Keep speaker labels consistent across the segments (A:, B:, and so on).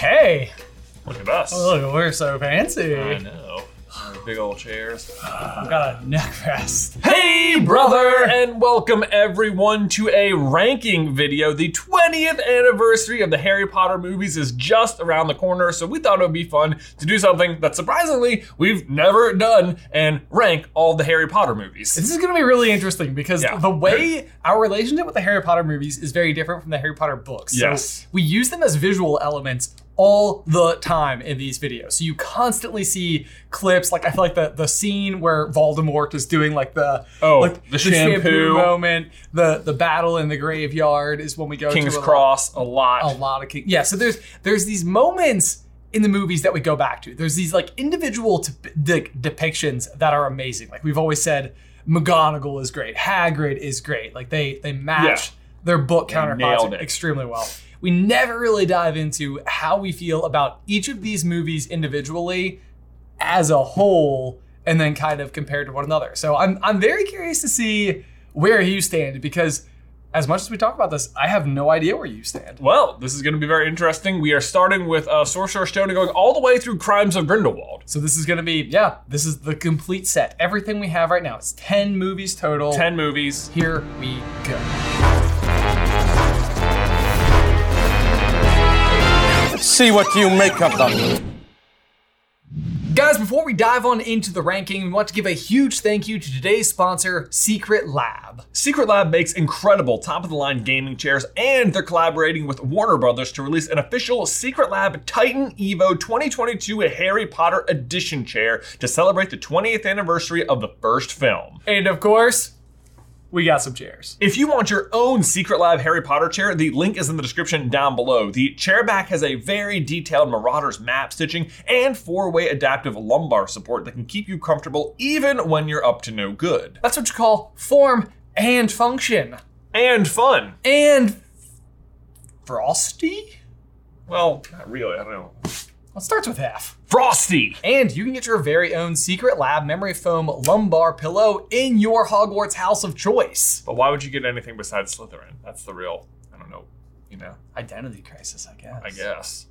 A: Hey,
B: Look at us.
A: look, we're so fancy.
B: I know. Our big old chairs.
A: I've got a neck rest.
B: Hey, brother, and welcome everyone to a ranking video. The 20th anniversary of the Harry Potter movies is just around the corner, so we thought it would be fun to do something that surprisingly we've never done and rank all the Harry Potter movies.
A: This is going to be really interesting because
B: Yeah.
A: the way our relationship with the Harry Potter movies is very different from the Harry Potter books. So
B: Yes.
A: we use them as visual elements all the time in these videos. So you constantly see clips like I feel like the the scene where Voldemort is doing like the
B: Oh,
A: like
B: the shampoo.
A: moment, the the battle in the graveyard is when we go
B: King's
A: to a-
B: Cross, a lot.
A: a lot of king. Yeah, so there's there's these moments in the movies that we go back to. There's these like individual t- de- depictions that are amazing. Like we've always said, McGonagall is great, Hagrid is great. Like they they match
B: Yeah.
A: their book
B: nailed
A: counterparts
B: it.
A: extremely well. We never really dive into how we feel about each of these movies individually as a whole and then kind of compared to one another. So I'm I'm very curious to see where you stand because as much as we talk about this, I have no idea where you stand.
B: Well, this is going to be very interesting. We are starting with uh, Sorcerer's Stone and going all the way through Crimes of Grindelwald.
A: So this is going to be yeah, this is the complete set. Everything we have right now. It's 10 movies total.
B: 10 movies.
A: Here we go.
C: See what you make of them.
A: Guys, before we dive on into the ranking, we want to give a huge thank you to today's sponsor, Secret Lab.
B: Secret Lab makes incredible top of the line gaming chairs, and they're collaborating with Warner Brothers to release an official Secret Lab Titan Evo 2022 Harry Potter Edition chair to celebrate the 20th anniversary of the first film.
A: And of course, we got some chairs.
B: If you want your own Secret Lab Harry Potter chair, the link is in the description down below. The chair back has a very detailed Marauders map stitching and four way adaptive lumbar support that can keep you comfortable even when you're up to no good.
A: That's what you call form and function.
B: And fun.
A: And frosty?
B: Well, not really, I don't know.
A: Well, it starts with F.
B: Frosty!
A: And you can get your very own Secret Lab memory foam lumbar pillow in your Hogwarts house of choice.
B: But why would you get anything besides Slytherin? That's the real, I don't know, you know,
A: Identity crisis, I guess.
B: I guess.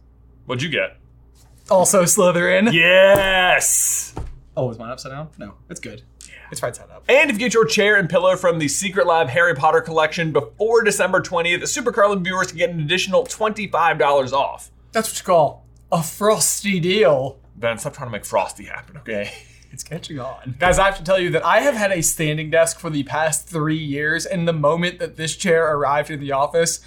B: What'd you get?
A: Also Slytherin.
B: Yes!
A: Oh, is mine upside down? No, it's good. It's right side up.
B: And if you get your chair and pillow from the Secret Lab Harry Potter collection before December 20th, Super Carlin viewers can get an additional $25 off.
A: That's what you call a frosty deal.
B: Ben, stop trying to make Frosty happen, okay?
A: It's catching on. Guys, I have to tell you that I have had a standing desk for the past three years, and the moment that this chair arrived in the office,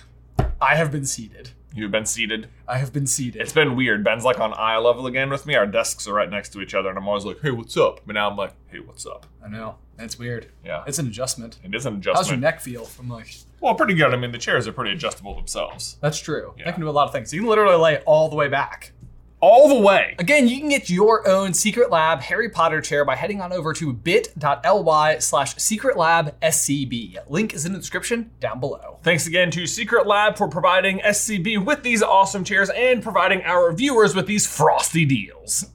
A: I have been seated.
B: You've been seated.
A: I have been seated.
B: It's been weird. Ben's like on eye level again with me. Our desks are right next to each other, and I'm always like, hey, what's up? But now I'm like, hey, what's up?
A: I know. That's weird.
B: Yeah.
A: It's an adjustment.
B: It is an
A: How's your
B: adjustment.
A: neck feel from like
B: Well, pretty good. I mean, the chairs are pretty adjustable themselves.
A: that's true. I
B: Yeah.
A: can do a lot of things. You can literally lay it all the way back.
B: All the way.
A: Again, you can get your own Secret Lab Harry Potter chair by heading on over to bit.ly slash secret lab SCB. Link is in the description down below.
B: Thanks again to Secret Lab for providing SCB with these awesome chairs and providing our viewers with these frosty deals.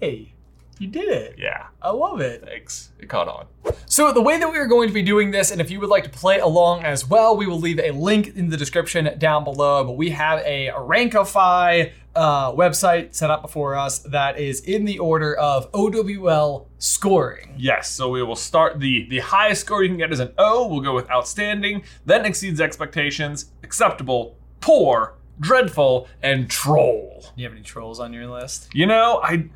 A: Hey, you did it.
B: Yeah,
A: I love it.
B: thanks. It caught on.
A: So, the way that we are going to be doing this, and if you would like to play along as well, we will leave a link in the description down below. But we have a Rankify uh, website set up before us that is in the order of OWL scoring.
B: Yes, so we will start the the highest score you can get is an O. We'll go with outstanding, then exceeds expectations, acceptable, poor, dreadful, and troll.
A: Do you have any trolls on your list?
B: You know, I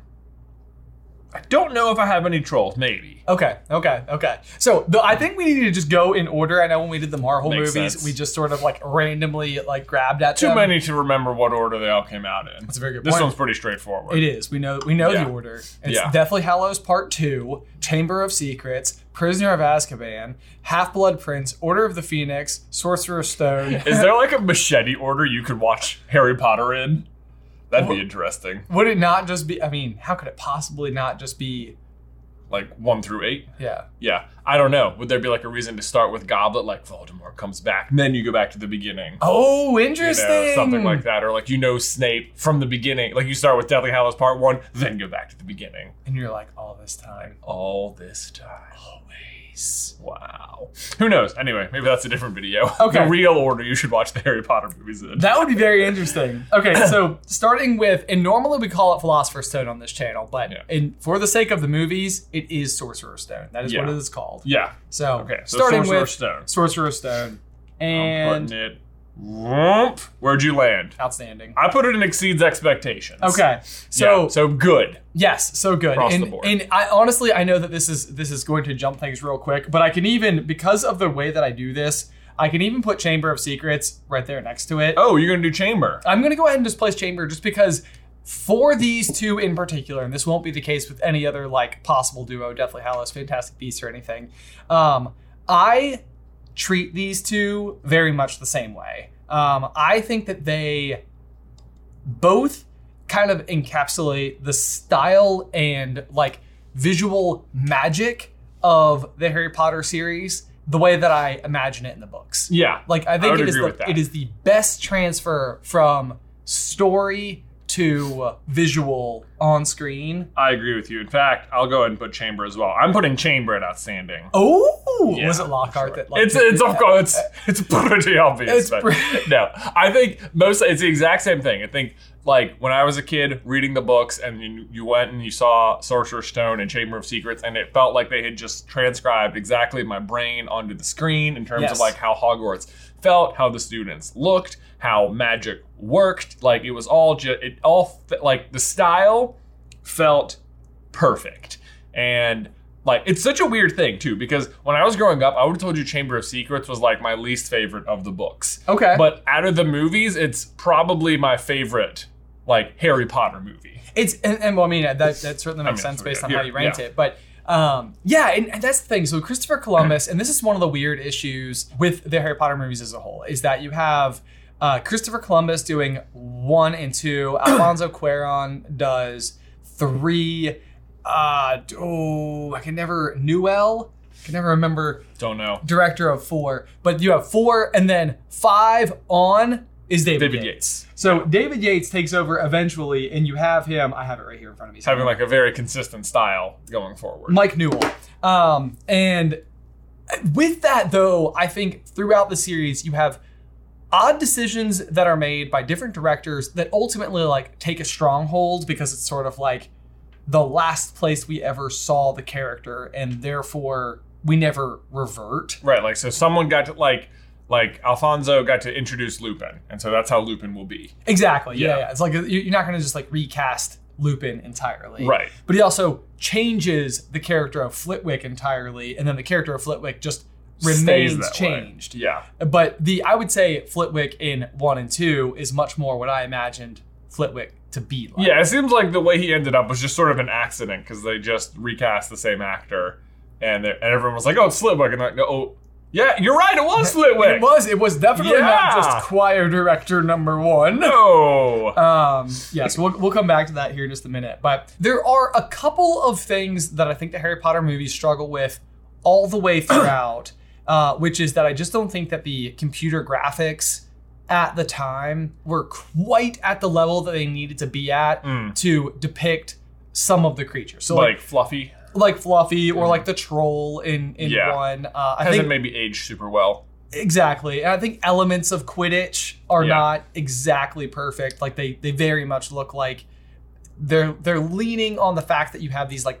B: I don't know if I have any trolls. Maybe.
A: Okay, okay, okay. So the, I think we need to just go in order. I know when we did the Marvel
B: Makes
A: movies,
B: sense.
A: we just sort of like randomly like grabbed at
B: Too
A: them.
B: many to remember what order they all came out in.
A: That's a very good
B: This
A: point.
B: one's pretty straightforward.
A: It is. We know we know
B: Yeah.
A: the order. It's
B: Yeah.
A: Deathly Hallows Part Two, Chamber of Secrets, Prisoner of Azkaban, Half Blood Prince, Order of the Phoenix, Sorcerer's Stone.
B: Is there like a machete order you could watch Harry Potter in? That'd be interesting.
A: Would it not just be? I mean, how could it possibly not just be?
B: Like one through eight?
A: Yeah.
B: Yeah. I don't know. Would there be like a reason to start with Goblet, like Voldemort comes back, and then you go back to the beginning?
A: Oh,
B: You
A: interesting.
B: know, something like that. Or like you know Snape from the beginning. Like you start with Deathly Hallows Part 1, then go back to the beginning.
A: And you're like all this time.
B: All this time.
A: Nice.
B: Wow. Who knows? Anyway, maybe that's a different video.
A: Okay.
B: The real order you should watch the Harry Potter movies in.
A: That would be very interesting. Okay, so starting with, and normally we call it Philosopher's Stone on this channel, but
B: Yeah.
A: in, for the sake of the movies, it is Sorcerer's Stone. That is what
B: Yeah.
A: it is called.
B: yeah.
A: So,
B: Okay, so
A: starting
B: Sorcerer's
A: with
B: Stone.
A: Sorcerer's Stone
B: I'm
A: and
B: putting it. Whoomp. Where'd you land?
A: outstanding.
B: I put it in exceeds expectations.
A: Okay, so
B: So so good.
A: Yes, so good.
B: Across
A: and,
B: the board.
A: and I honestly I know that this is this is going to jump things real quick, but I can even because of the way that I do this, I can even put Chamber of Secrets right there next to it.
B: Oh, you're gonna do chamber.
A: I'm gonna go ahead and just place Chamber just because for these two in particular, and this won't be the case with any other like possible duo, Deathly Hallows, Fantastic Beasts, or anything. Um, I treat these two very much the same way. Um, I think that they both kind of encapsulate the style and like visual magic of the Harry Potter series the way that I imagine it in the books.
B: Yeah.
A: Like I
B: I
A: think
B: would
A: it is
B: agree with
A: the,
B: that.
A: it is the best transfer from story to visual on screen.
B: I agree with you. In fact, I'll go ahead and put chamber as well. I'm putting chamber at outstanding.
A: Oh,
B: Yeah,
A: was it Lockhart that? Like,
B: it's it's of course it's pretty obvious.
A: It's
B: but-
A: pretty-
B: no, I think most it's the exact same thing. I think like when I was a kid reading the books and you, you went and you saw Sorcerer's Stone and Chamber of Secrets and it felt like they had just transcribed exactly my brain onto the screen in terms
A: Yes.
B: of like how Hogwarts felt, how the students looked, how magic worked. Like it was all just it all fe- like the style felt perfect. And like it's such a weird thing too, because when I was growing up, I would have told you Chamber of Secrets was like my least favorite of the books.
A: Okay.
B: But out of the movies, it's probably my favorite like Harry Potter movie.
A: It's and, and well, I mean that that certainly
B: I
A: makes
B: mean,
A: sense
B: that's what
A: based
B: we
A: on
B: got
A: how
B: here,
A: you ranked
B: yeah.
A: it, but. Um, yeah, and, and that's the thing. So Christopher Columbus, and this is one of the weird issues with the Harry Potter movies as a whole, is that you have uh, Christopher Columbus doing one and two, Alfonso Cuarón does three. Uh, oh, I can never Newell. I can never remember
B: Don't know.
A: director of four, but you have four, and then five on is David,
B: David
A: Yates.
B: Yates.
A: So David Yates takes over eventually, and you have him. I have it right here in front of me.
B: Having like a very consistent style going forward.
A: Mike Newell. Um, and with that, though, I think throughout the series, you have odd decisions that are made by different directors that ultimately like take a stronghold because it's sort of like the last place we ever saw the character, and therefore we never revert.
B: right, like so someone got to like like Alfonso got to introduce Lupin, and so that's how Lupin will be.
A: Exactly. Yeah.
B: Yeah.
A: yeah, It's like you- you're not going to just like recast Lupin entirely.
B: Right.
A: But he also changes the character of Flitwick entirely, and then the character of Flitwick just
B: Stays
A: remains
B: that way.
A: changed.
B: Yeah.
A: But the I would say Flitwick in one and two is much more what I imagined Flitwick to be like.
B: Yeah, it seems like the way he ended up was just sort of an accident because they just recast the same actor, and, they- and everyone was like, "Oh, it's Flitwick," and like, "Oh, yeah, you're right, it was Flitwick."
A: It was. It was definitely not
B: Yeah.
A: just choir director number one.
B: No.
A: Um, yes, we'll, we'll come back to that here in just a minute. But there are a couple of things that I think the Harry Potter movies struggle with all the way throughout, uh, which is that I just don't think that the computer graphics at the time were quite at the level that they needed to be at to depict some of the creatures. So like
B: like Fluffy
A: like Fluffy or like the troll in in
B: Yeah.
A: one. Uh, I
B: hasn't
A: think
B: maybe aged super well.
A: Exactly. And I think elements of Quidditch are
B: Yeah.
A: not exactly perfect. Like they they very much look like they're they're leaning on the fact that you have these like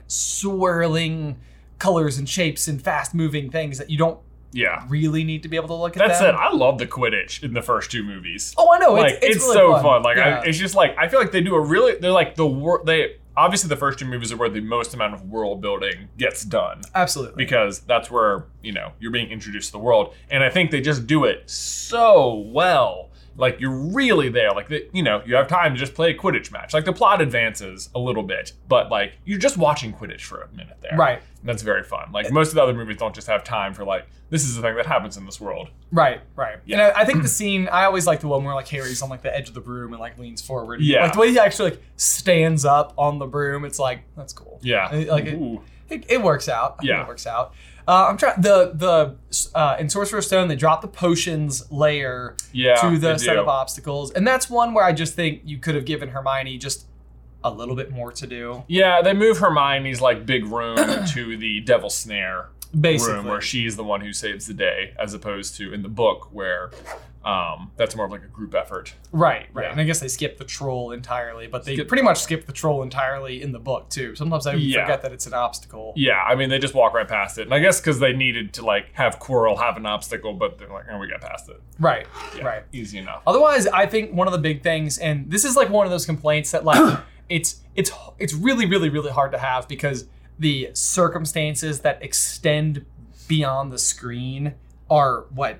A: swirling colors and shapes and fast moving things that you don't
B: Yeah,
A: really need to be able to look at.
B: that's it.
A: them.
B: I love the Quidditch in the first two movies.
A: Oh, I know.
B: like
A: it's, it's, really
B: so
A: fun.
B: fun. Like
A: yeah.
B: I, it's just like I feel like they do a really. They're like the wor- they obviously the first two movies are where the most amount of world building gets done.
A: absolutely.
B: because that's where you know you're being introduced to the world and i think they just do it so well like you're really there like the, you know you have time to just play a quidditch match like the plot advances a little bit but like you're just watching quidditch for a minute there
A: Right.
B: and that's very fun like most of the other movies don't just have time for like this is the thing that happens in this world
A: Right, right.
B: Yeah.
A: And I, I think the scene I always like the one where like Harry's on like the edge of the broom and like leans forward.
B: Yeah.
A: like the way he actually like stands up on the broom. It's like that's cool.
B: yeah
A: And, like it,
B: Ooh.
A: it, it works out. I think
B: Yeah.
A: it works out. Uh, I'm trying the the uh, in Sorcerer's Stone they drop the potions layer
B: Yeah,
A: to the
B: they
A: set
B: do.
A: of obstacles, and that's one where I just think you could have given Hermione just a little bit more to do.
B: yeah they move hermione's like big room to the devil's snare
A: Basically.
B: room where she's the one who saves the day, as opposed to in the book where um, that's more of like a group effort.
A: Right, right.
B: Yeah.
A: And I guess they skip the troll entirely, but they
B: Skip-
A: pretty much skip the troll entirely in the book too. Sometimes I
B: Yeah.
A: forget that it's an obstacle.
B: Yeah, I mean they just walk right past it, and I guess because they needed to like have Quirrell have an obstacle, but they're like, oh, we got past it,
A: Right,
B: Yeah,
A: right.
B: easy enough.
A: Otherwise, I think one of the big things, and this is like one of those complaints that like it's it's it's really really really hard to have because the circumstances that extend beyond the screen are what i-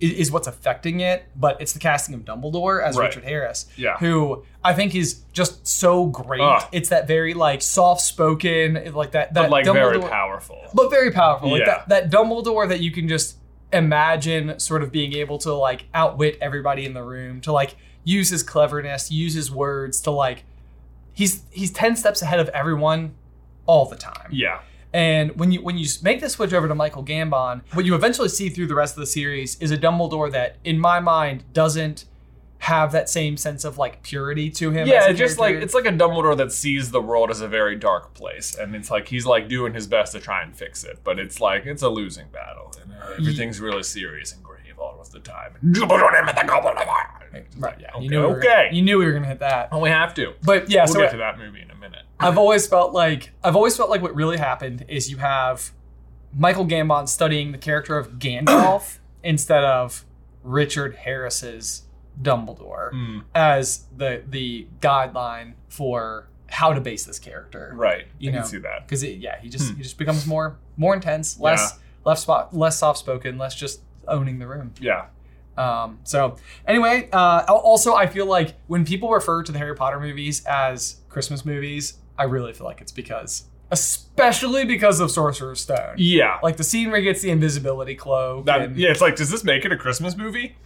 A: is what's affecting it. But it's the casting of Dumbledore as
B: Right.
A: Richard Harris,
B: Yeah.
A: who I think is just so great.
B: Ugh.
A: It's that very like soft spoken, like that that
B: But like very
A: Dumbledore-
B: powerful.
A: but very powerful. Like
B: Yeah.
A: that, that Dumbledore that you can just imagine sort of being able to like outwit everybody in the room, to like use his cleverness, use his words to like he's he's 10 steps ahead of everyone all the time.
B: Yeah,
A: And when you when you make the switch over to Michael Gambon, what you eventually see through the rest of the series is a Dumbledore that in my mind doesn't have that same sense of like purity to him. as
B: yeah.
A: a
B: It's just like
A: character.
B: it's like a Dumbledore that sees the world as a very dark place, and it's like he's like doing his best to try and fix it, but it's like it's a losing battle, and uh, everything's really serious and grave all of the time.
A: right, yeah.
B: Okay.
A: You knew we were-
B: okay.
A: you knew we were gonna hit that.
B: Well, we have to.
A: But yeah,
B: we'll
A: so
B: get to that movie in a minute.
A: I've always felt like I've always felt like what really happened is you have Michael Gambon studying the character of Gandalf instead of Richard Harris's Dumbledore
B: Mm.
A: as the the guideline for how to base this character.
B: Right.
A: You
B: You I
A: know,
B: can see that.
A: Because yeah, he just he just becomes more more intense, less less spot less soft spoken, less just owning the room.
B: Yeah.
A: Um, so anyway, uh, al- also I feel like when people refer to the Harry Potter movies as Christmas movies, I really feel like it's because, especially because of Sorcerer's Stone.
B: Yeah.
A: Like um, the scene where he gets the invisibility cloak.
B: That,
A: and-
B: yeah, it's like, does this make it a Christmas movie?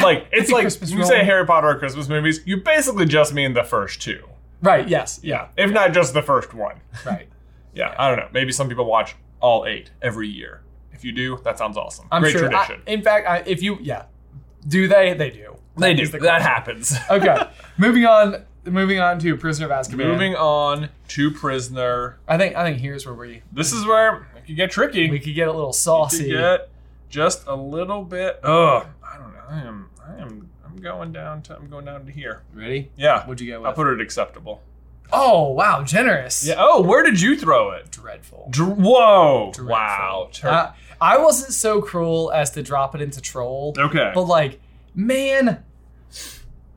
B: like, it's
A: a
B: like
A: Christmas
B: when you say
A: film.
B: Harry Potter or Christmas movies, you basically just mean the first two,
A: Right. Yes. Yeah.
B: if not just the first one.
A: Right.
B: Yeah, I don't know. Maybe some people watch all eight every year. If you do, that sounds awesome.
A: I'm
B: Great
A: sure. I-
B: tradition.
A: in fact, I, if you, yeah, do they? They do.
B: they do.
A: is the
B: that happens.
A: okay. Moving on. Moving on to Prisoner of Azkaban.
B: Moving on to Prisoner.
A: I think. I think here's where we
B: This is where it could get tricky.
A: we could get a little
B: to
A: saucy.
B: get just a little bit. Ugh, I don't know. I am. I am. I'm going down to. I'm going down to here.
A: Ready?
B: Yeah,
A: What'd you go
B: I
A: with?
B: put it acceptable.
A: oh wow, generous.
B: Yeah. Oh, where did you throw it?
A: Dreadful.
B: Dr- Whoa!
A: Dreadful.
B: Wow. Tur-
A: Uh, I wasn't so cruel as to drop it into troll.
B: okay.
A: But like, man,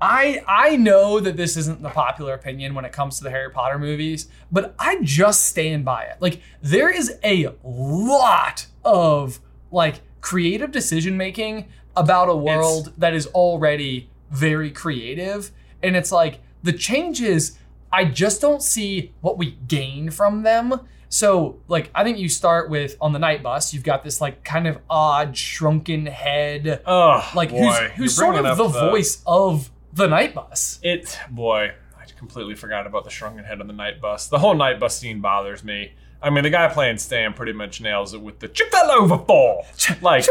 A: I I know that this isn't the popular opinion when it comes to the Harry Potter movies, but I just stand by it. Like, there is a lot of like creative decision making about a world that is already very creative. And it's like the changes, I just don't see what we gain from them. So, like, I think you start with on the night bus, you've got this like kind of odd shrunken head
B: Ugh.
A: like
B: Oh, boy,
A: who's,
B: you're
A: who's sort
B: bringing
A: of the,
B: up
A: voice of the night bus
B: It. Boy, I completely forgot about the shrunken head on the night bus. The whole night bus scene bothers me. I mean, the guy playing Stan pretty much nails it with the chip that overfall. Like,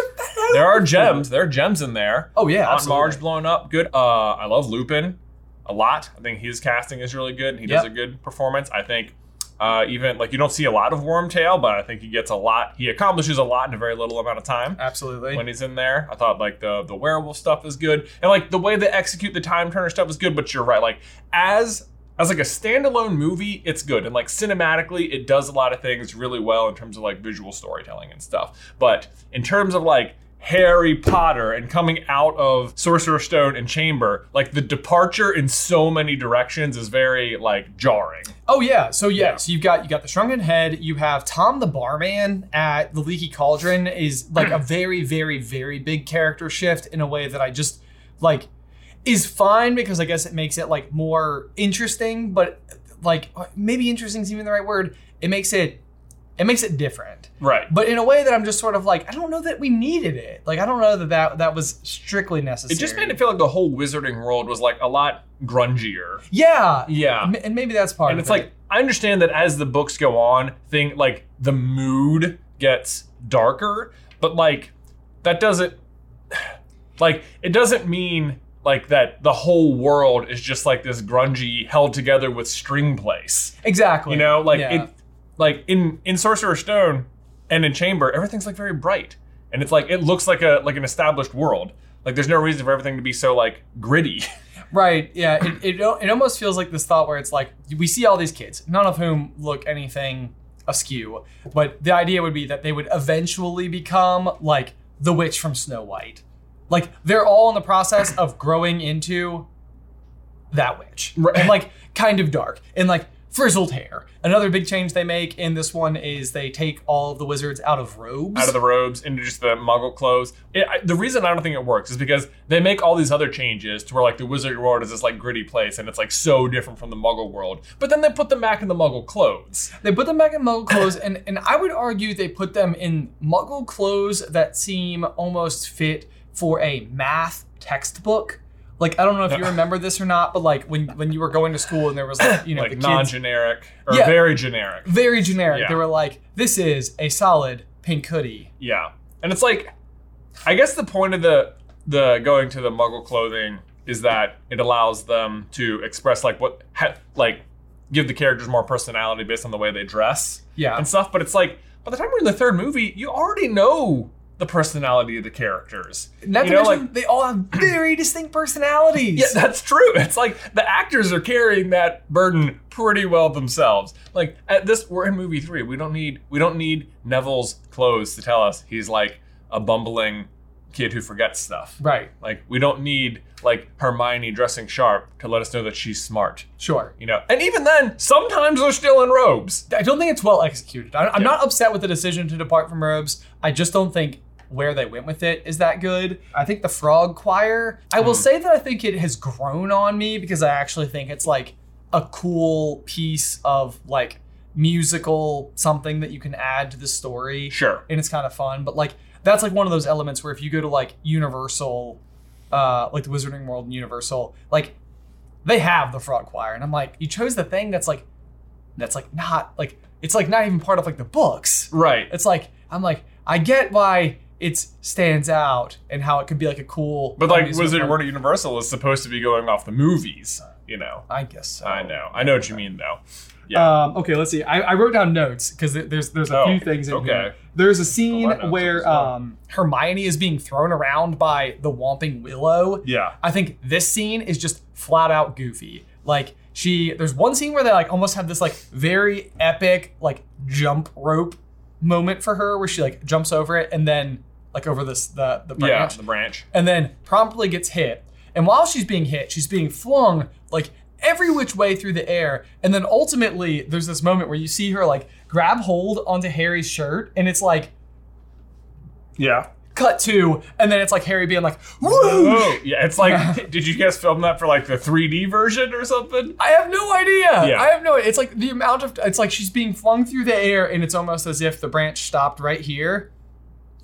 B: there are gems. There are gems in there.
A: oh yeah
B: Aunt
A: absolutely.
B: Marge blown up. Good. Uh, I love Lupin a lot. I think his casting is really good. He does
A: Yep.
B: a good performance. I think uh, even like you don't see a lot of Wormtail, but I think he gets a lot. He accomplishes a lot in a very little amount of time
A: absolutely
B: when he's in there. I thought like the the werewolf stuff is good, and like the way they execute the time turner stuff is good. But you're right, like as as like a standalone movie, it's good, and like cinematically, it does a lot of things really well in terms of like visual storytelling and stuff. But in terms of like Harry Potter and coming out of Sorcerer's Stone and Chamber, like the departure in so many directions is very like jarring.
A: oh yeah so yeah, so you've got you got the shrunken head you have tom the barman at the leaky cauldron is like a very very very big character shift in a way that i just like is fine because i guess it makes it like more interesting but like maybe interesting is even the right word it makes it it makes it different
B: Right.
A: but in a way that I'm just sort of like, I don't know that we needed it. Like, I don't know that that, that was strictly necessary.
B: It just made it feel like the whole wizarding world was like a lot grungier.
A: Yeah.
B: Yeah.
A: M- And maybe that's part
B: and
A: of
B: it's
A: it.
B: like I understand that as the books go on, thing like the mood gets darker, but like that doesn't like it doesn't mean like that the whole world is just like this grungy held together with string place.
A: exactly.
B: You know, like
A: Yeah.
B: it like in in Sorcerer's Stone, and in Chamber, everything's like very bright, and it's like it looks like a like an established world. Like there's no reason for everything to be so like gritty.
A: Right. Yeah. It, it, al- it almost feels like this thought where it's like we see all these kids, none of whom look anything askew, but the idea would be that they would eventually become like the witch from Snow White. Like they're all in the process of growing into that witch.
B: Right.
A: And like kind of dark and like frizzled hair. Another big change they make in this one is they take all of the wizards out of robes.
B: out of the robes into just the muggle clothes. It, I, the reason I don't think it works is because they make all these other changes to where like the wizard world is this like gritty place and it's like so different from the muggle world. But then they put them back in the muggle clothes.
A: They put them back in muggle clothes, and, and I would argue they put them in muggle clothes that seem almost fit for a math textbook. Like I don't know if you remember this or not, but like when when you were going to school and there was like you know
B: Like
A: the kids
B: non-generic or
A: Yeah.
B: very generic.
A: very generic.
B: Yeah.
A: They were like, this is a solid pink hoodie.
B: Yeah. And it's like I guess the point of the the going to the muggle clothing is that it allows them to express like what ha, like give the characters more personality based on the way they dress.
A: Yeah.
B: and stuff. But it's like by the time we're in the third movie, you already know the personality of the characters.
A: Not
B: you
A: to
B: know,
A: mention
B: like
A: they all have very distinct personalities.
B: yeah, that's true. It's like the actors are carrying that burden pretty well themselves. Like at this, we're in movie three. We don't need we don't need Neville's clothes to tell us he's like a bumbling kid who forgets stuff.
A: right.
B: Like we don't need like Hermione dressing sharp to let us know that she's smart.
A: Sure.
B: You know, and even then, sometimes they're still in robes.
A: I don't think it's well executed. I, I'm not upset with the decision to depart from robes. I just don't think where they went with it is that good. I think the frog choir, I will say that I think it has grown on me because I actually think it's like a cool piece of like musical something that you can add to the story.
B: Sure.
A: And it's kind of fun, but like that's like one of those elements where if you go to like Universal uh like the Wizarding World and Universal, like they have the frog choir and I'm like you chose the thing that's like that's like not like it's like not even part of like the books.
B: Right.
A: It's like I'm like I get why it stands out and how it could be like a cool.
B: But like
A: amusement
B: Wizard
A: park.
B: World of Universal is supposed to be going off the movies, you know.
A: I guess so.
B: I know. I know what you mean though.
A: Um, okay, let's see. I, I wrote down notes because there's there's a
B: Oh,
A: few things in
B: okay.
A: here. There's a scene
B: Oh, I know
A: where
B: as well.
A: um, Hermione is being thrown around by the Whomping Willow.
B: Yeah.
A: I think this scene is just flat out goofy. Like she, there's one scene where they like almost have this like very epic like jump rope moment for her where she like jumps over it and then like over this the the
B: Yeah,
A: branch
B: the branch.
A: and then promptly gets hit. And while she's being hit, she's being flung like every which way through the air. And then ultimately, there's this moment where you see her like grab hold onto Harry's shirt, and it's like
B: Yeah.
A: cut to, and then it's like Harry being like, "Woo!"
B: Oh, yeah. It's like did you guys film that for like the 3D version or something?
A: I have no idea.
B: Yeah.
A: I have no. It's like the amount of. It's like she's being flung through the air, and it's almost as if the branch stopped right here.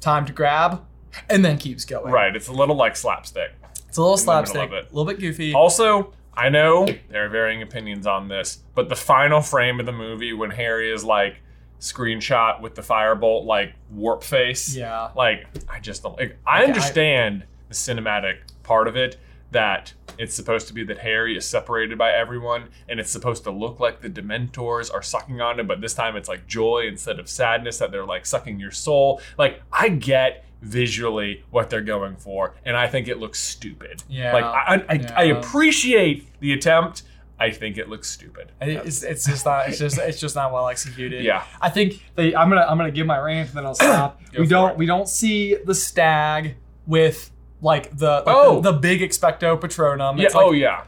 A: Time to grab, and then keeps going.
B: Right. It's a little like slapstick.
A: It's a little
B: the middle of
A: slapstick, a
B: it.
A: little bit goofy.
B: Also, I know there are varying opinions on this, but the final frame of the movie when Harry is like screenshot with the firebolt like warp face.
A: Yeah.
B: Like I just don't like I understand the cinematic part of it that it's supposed to be that Harry is separated by everyone and it's supposed to look like the dementors are sucking on him but this time it's like joy instead of sadness that they're like sucking your soul. Like I get visually what they're going for and I think it looks stupid.
A: Yeah.
B: Like I I, I, I
A: Yeah.
B: appreciate the attempt. I think it looks stupid.
A: And it- It's, it's just not it's just it's just not well executed.
B: Yeah.
A: I think they I'm gonna I'm gonna give my rant and then I'll stop.
B: Go
A: we
B: for
A: don't
B: it.
A: we don't see the stag with like the like
B: Oh.
A: the, the big expecto patronum.
B: Yeah,
A: It's like,
B: oh yeah.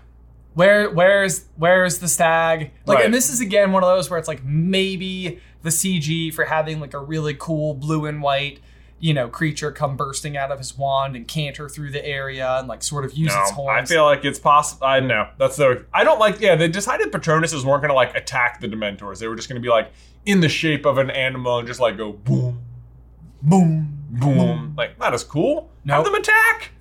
A: Where where's where's the stag? Like
B: Right.
A: and this is again one of those where it's like maybe the CG for having like a really cool blue and white you know creature come bursting out of his wand and canter through the area and like sort of use
B: No,
A: its horns.
B: I feel like it's possible. I know that's the. I don't like. Yeah, they decided Patronuses weren't going to like attack the Dementors. They were just going to be like in the shape of an animal and just like go boom,
A: boom.
B: boom. Like not as cool.
A: Nope.
B: Have them attack.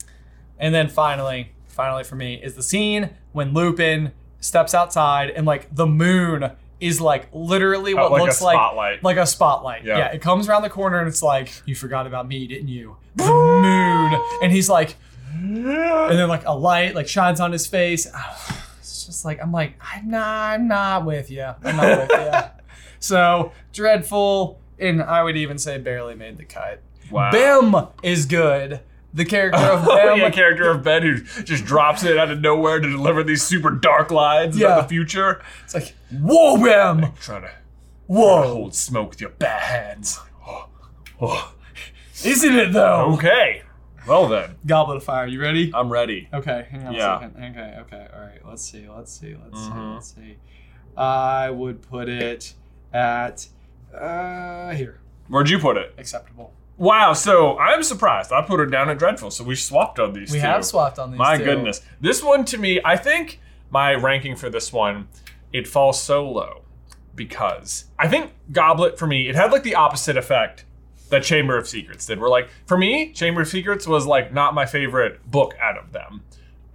A: And then finally, finally for me is the scene when Lupin steps outside and like the moon is like literally what
B: Oh, like a
A: looks
B: spotlight.
A: like like a spotlight.
B: Yeah.
A: it comes around the corner and it's like you forgot about me, didn't you? The moon. And he's like and then like a light like shines on his face. It's just like I'm like I'm not I'm not with you. I'm not with you. So dreadful. and I would even say barely made the cut.
B: Wow.
A: Bim is good. The character of
B: Oh,
A: Bim.
B: yeah, character of Ben who just drops in out of nowhere to deliver these super dark lines
A: Yeah.
B: about the future.
A: It's like, whoa, Bim!
B: Trying to
A: Whoa!
B: hold smoke with your bare hands. Oh, oh.
A: Isn't it though?
B: Okay. Well then,
A: Oh. Goblet of Fire. You ready?
B: I'm ready.
A: Okay, hang on
B: Yeah. Mm-hmm.
A: a second. Okay, okay, all right. Let's see, let's see, let's see, let's see. I would put it at uh here.
B: Where'd you put it?
A: Acceptable.
B: Wow, so I'm surprised. I put her down at Dreadful, so we swapped on these
A: We
B: two.
A: have swapped on these.
B: My
A: two.
B: goodness. This one to me, I think my ranking for this one, it falls so low because I think Goblet for me, it had like the opposite effect that Chamber of Secrets did. Where like for me, Chamber of Secrets was like not my favorite book out of them.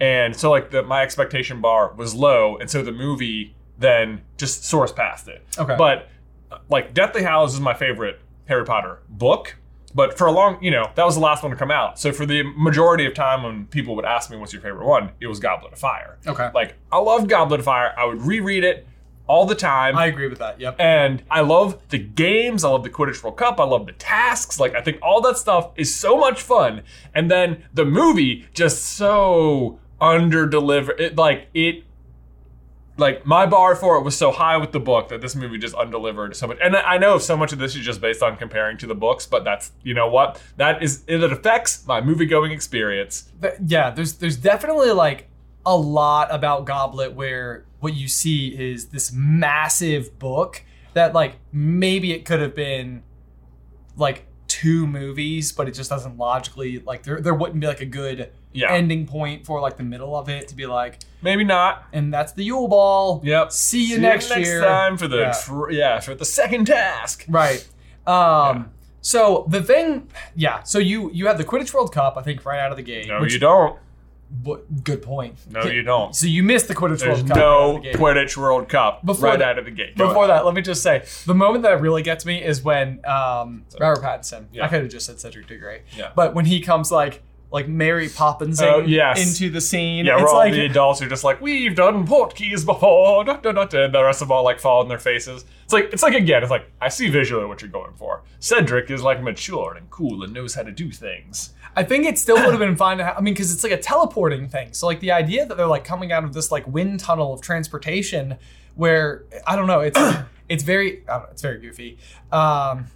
B: And so like the my expectation bar was low, and so the movie then just source past it.
A: Okay.
B: But uh, like Deathly Hallows is my favorite Harry Potter book. But for a long, you know, that was the last one to come out. So for the majority of time when people would ask me what's your favorite one, it was Goblet of Fire.
A: Okay.
B: Like I love Goblet of Fire. I would reread it all the time.
A: I agree with that. Yep.
B: And I love the games. I love the Quidditch World Cup. I love the tasks. Like, I think all that stuff is so much fun. And then the movie just so under deliver. It, like, it. Like my bar for it was so high with the book that this movie just undelivered so much, and I I know so much of this is just based on comparing to the books, but that's you know what that is it affects my movie going experience.
A: Th- yeah, there's there's definitely like a lot about Goblet where what you see is this massive book that like maybe it could have been like two movies, but it just doesn't logically like there there wouldn't be like a good
B: Yeah.
A: ending point for like the middle of it to be like,
B: Maybe not.
A: and that's the Yule Ball.
B: Yep.
A: See you next year.
B: time for the
A: Yeah.
B: tr- yeah for the second task.
A: Right. Um So the thing, yeah. So you you have the Quidditch World Cup, I think, right out of the gate.
B: No,
A: which-
B: you don't.
A: what- good point.
B: No, you don't.
A: So you missed the Quidditch
B: There's
A: World Cup. right
B: no
A: out of the gate.
B: Quidditch World Cup
A: Before
B: right
A: that-
B: out of the gate. Go
A: Before
B: ahead.
A: that, let me just say the moment that really gets me is when um, Robert Pattinson.
B: Yeah.
A: I could have just said Cedric Diggory.
B: Yeah.
A: But when he comes like like Mary Poppins
B: Oh, yes.
A: into the scene,
B: yeah, we're
A: it's
B: all
A: like
B: the adults are just like, we've done portkeys before, da, da, da, da," and the rest of all like fall on their faces. It's like it's like again, it's like I see visually what you're going for. Cedric is like mature and cool and knows how to do things.
A: I think it still would have been fine. To ha- I mean, because it's like a teleporting thing. So like the idea that they're like coming out of this like wind tunnel of transportation, where I don't know, it's it's very I don't know, it's very goofy, um,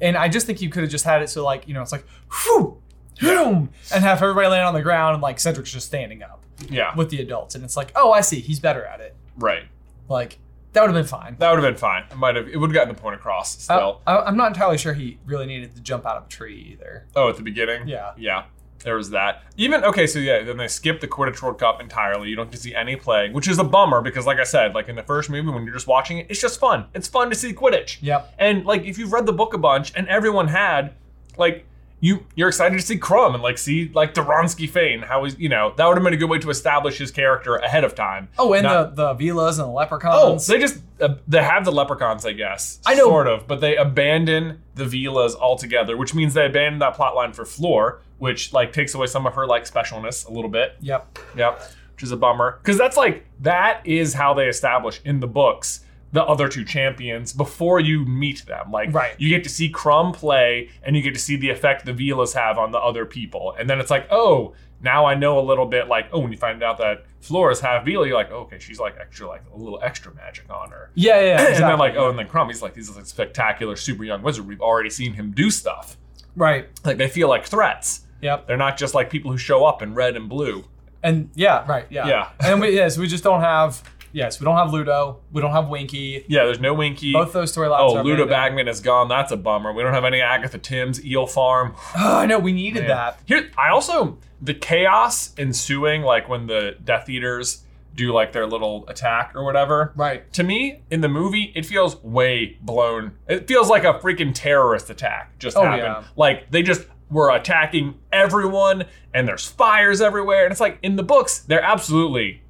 A: and I just think you could have just had it so like you know it's like whew, boom, and have everybody land on the ground and like Cedric's just standing up
B: Yeah,
A: with the adults, and it's like oh I see he's better at it.
B: right.
A: Like that would have been fine.
B: That would have been fine. It might have. It would have gotten the point across
A: I-
B: still.
A: I, I'm not entirely sure he really needed to jump out of a tree either.
B: Oh, at the beginning?
A: Yeah.
B: Yeah. There was that. Even okay, so yeah, then they skip the Quidditch World Cup entirely. You don't get to see any playing, which is a bummer because, like I said, like in the first movie, when you're just watching it, it's just fun. It's fun to see Quidditch.
A: Yep.
B: And like if you've read the book a bunch, and everyone had, like you you're excited to see Crumb and like see like the Ronsky Fane, how he's you know that would have been a good way to establish his character ahead of time.
A: Oh, and
B: Not-
A: the the Vilas and the
B: Oh,
A: leprechauns.
B: they just uh, they have the leprechauns, I guess.
A: I know.
B: sort of, but they abandon the Vilas altogether, which means they abandon that plot line for Floor, which like takes away some of her like specialness a little bit.
A: Yep.
B: Yep, which is a bummer because that's like that is how they establish in the books the other two champions before you meet them. Like
A: Right.
B: you get to see Crumb play and you get to see the effect the Vilas have on the other people, and then it's like oh. Now I know a little bit, like oh, when you find out that Flora's half Vila, you're like, okay, she's like extra, like a little extra magic on her.
A: Yeah, yeah, yeah. Exactly.
B: And then like, oh, and then Crumb, he's like, he's like a spectacular, super young wizard. We've already seen him do stuff.
A: Right.
B: Like they feel like threats.
A: Yep.
B: They're not just like people who show up in red and blue.
A: And yeah, right. Yeah.
B: Yeah.
A: and we, yes, we just don't have. Yes, we don't have Ludo. We don't have Winky.
B: Yeah, there's no Winky.
A: Both those storylines.
B: oh,
A: are
B: Ludo
A: abandoned.
B: Bagman is gone. That's a bummer. We don't have any Agatha Timms, Eel Farm.
A: Oh, I know we needed
B: Man.
A: that.
B: Here, I also the chaos ensuing, like when the Death Eaters do like their little attack or whatever.
A: Right.
B: To me, in the movie, it feels way blown. It feels like a freaking terrorist attack just
A: Oh,
B: happened.
A: yeah.
B: Like they just were attacking everyone, and there's fires everywhere. And it's like in the books, they're absolutely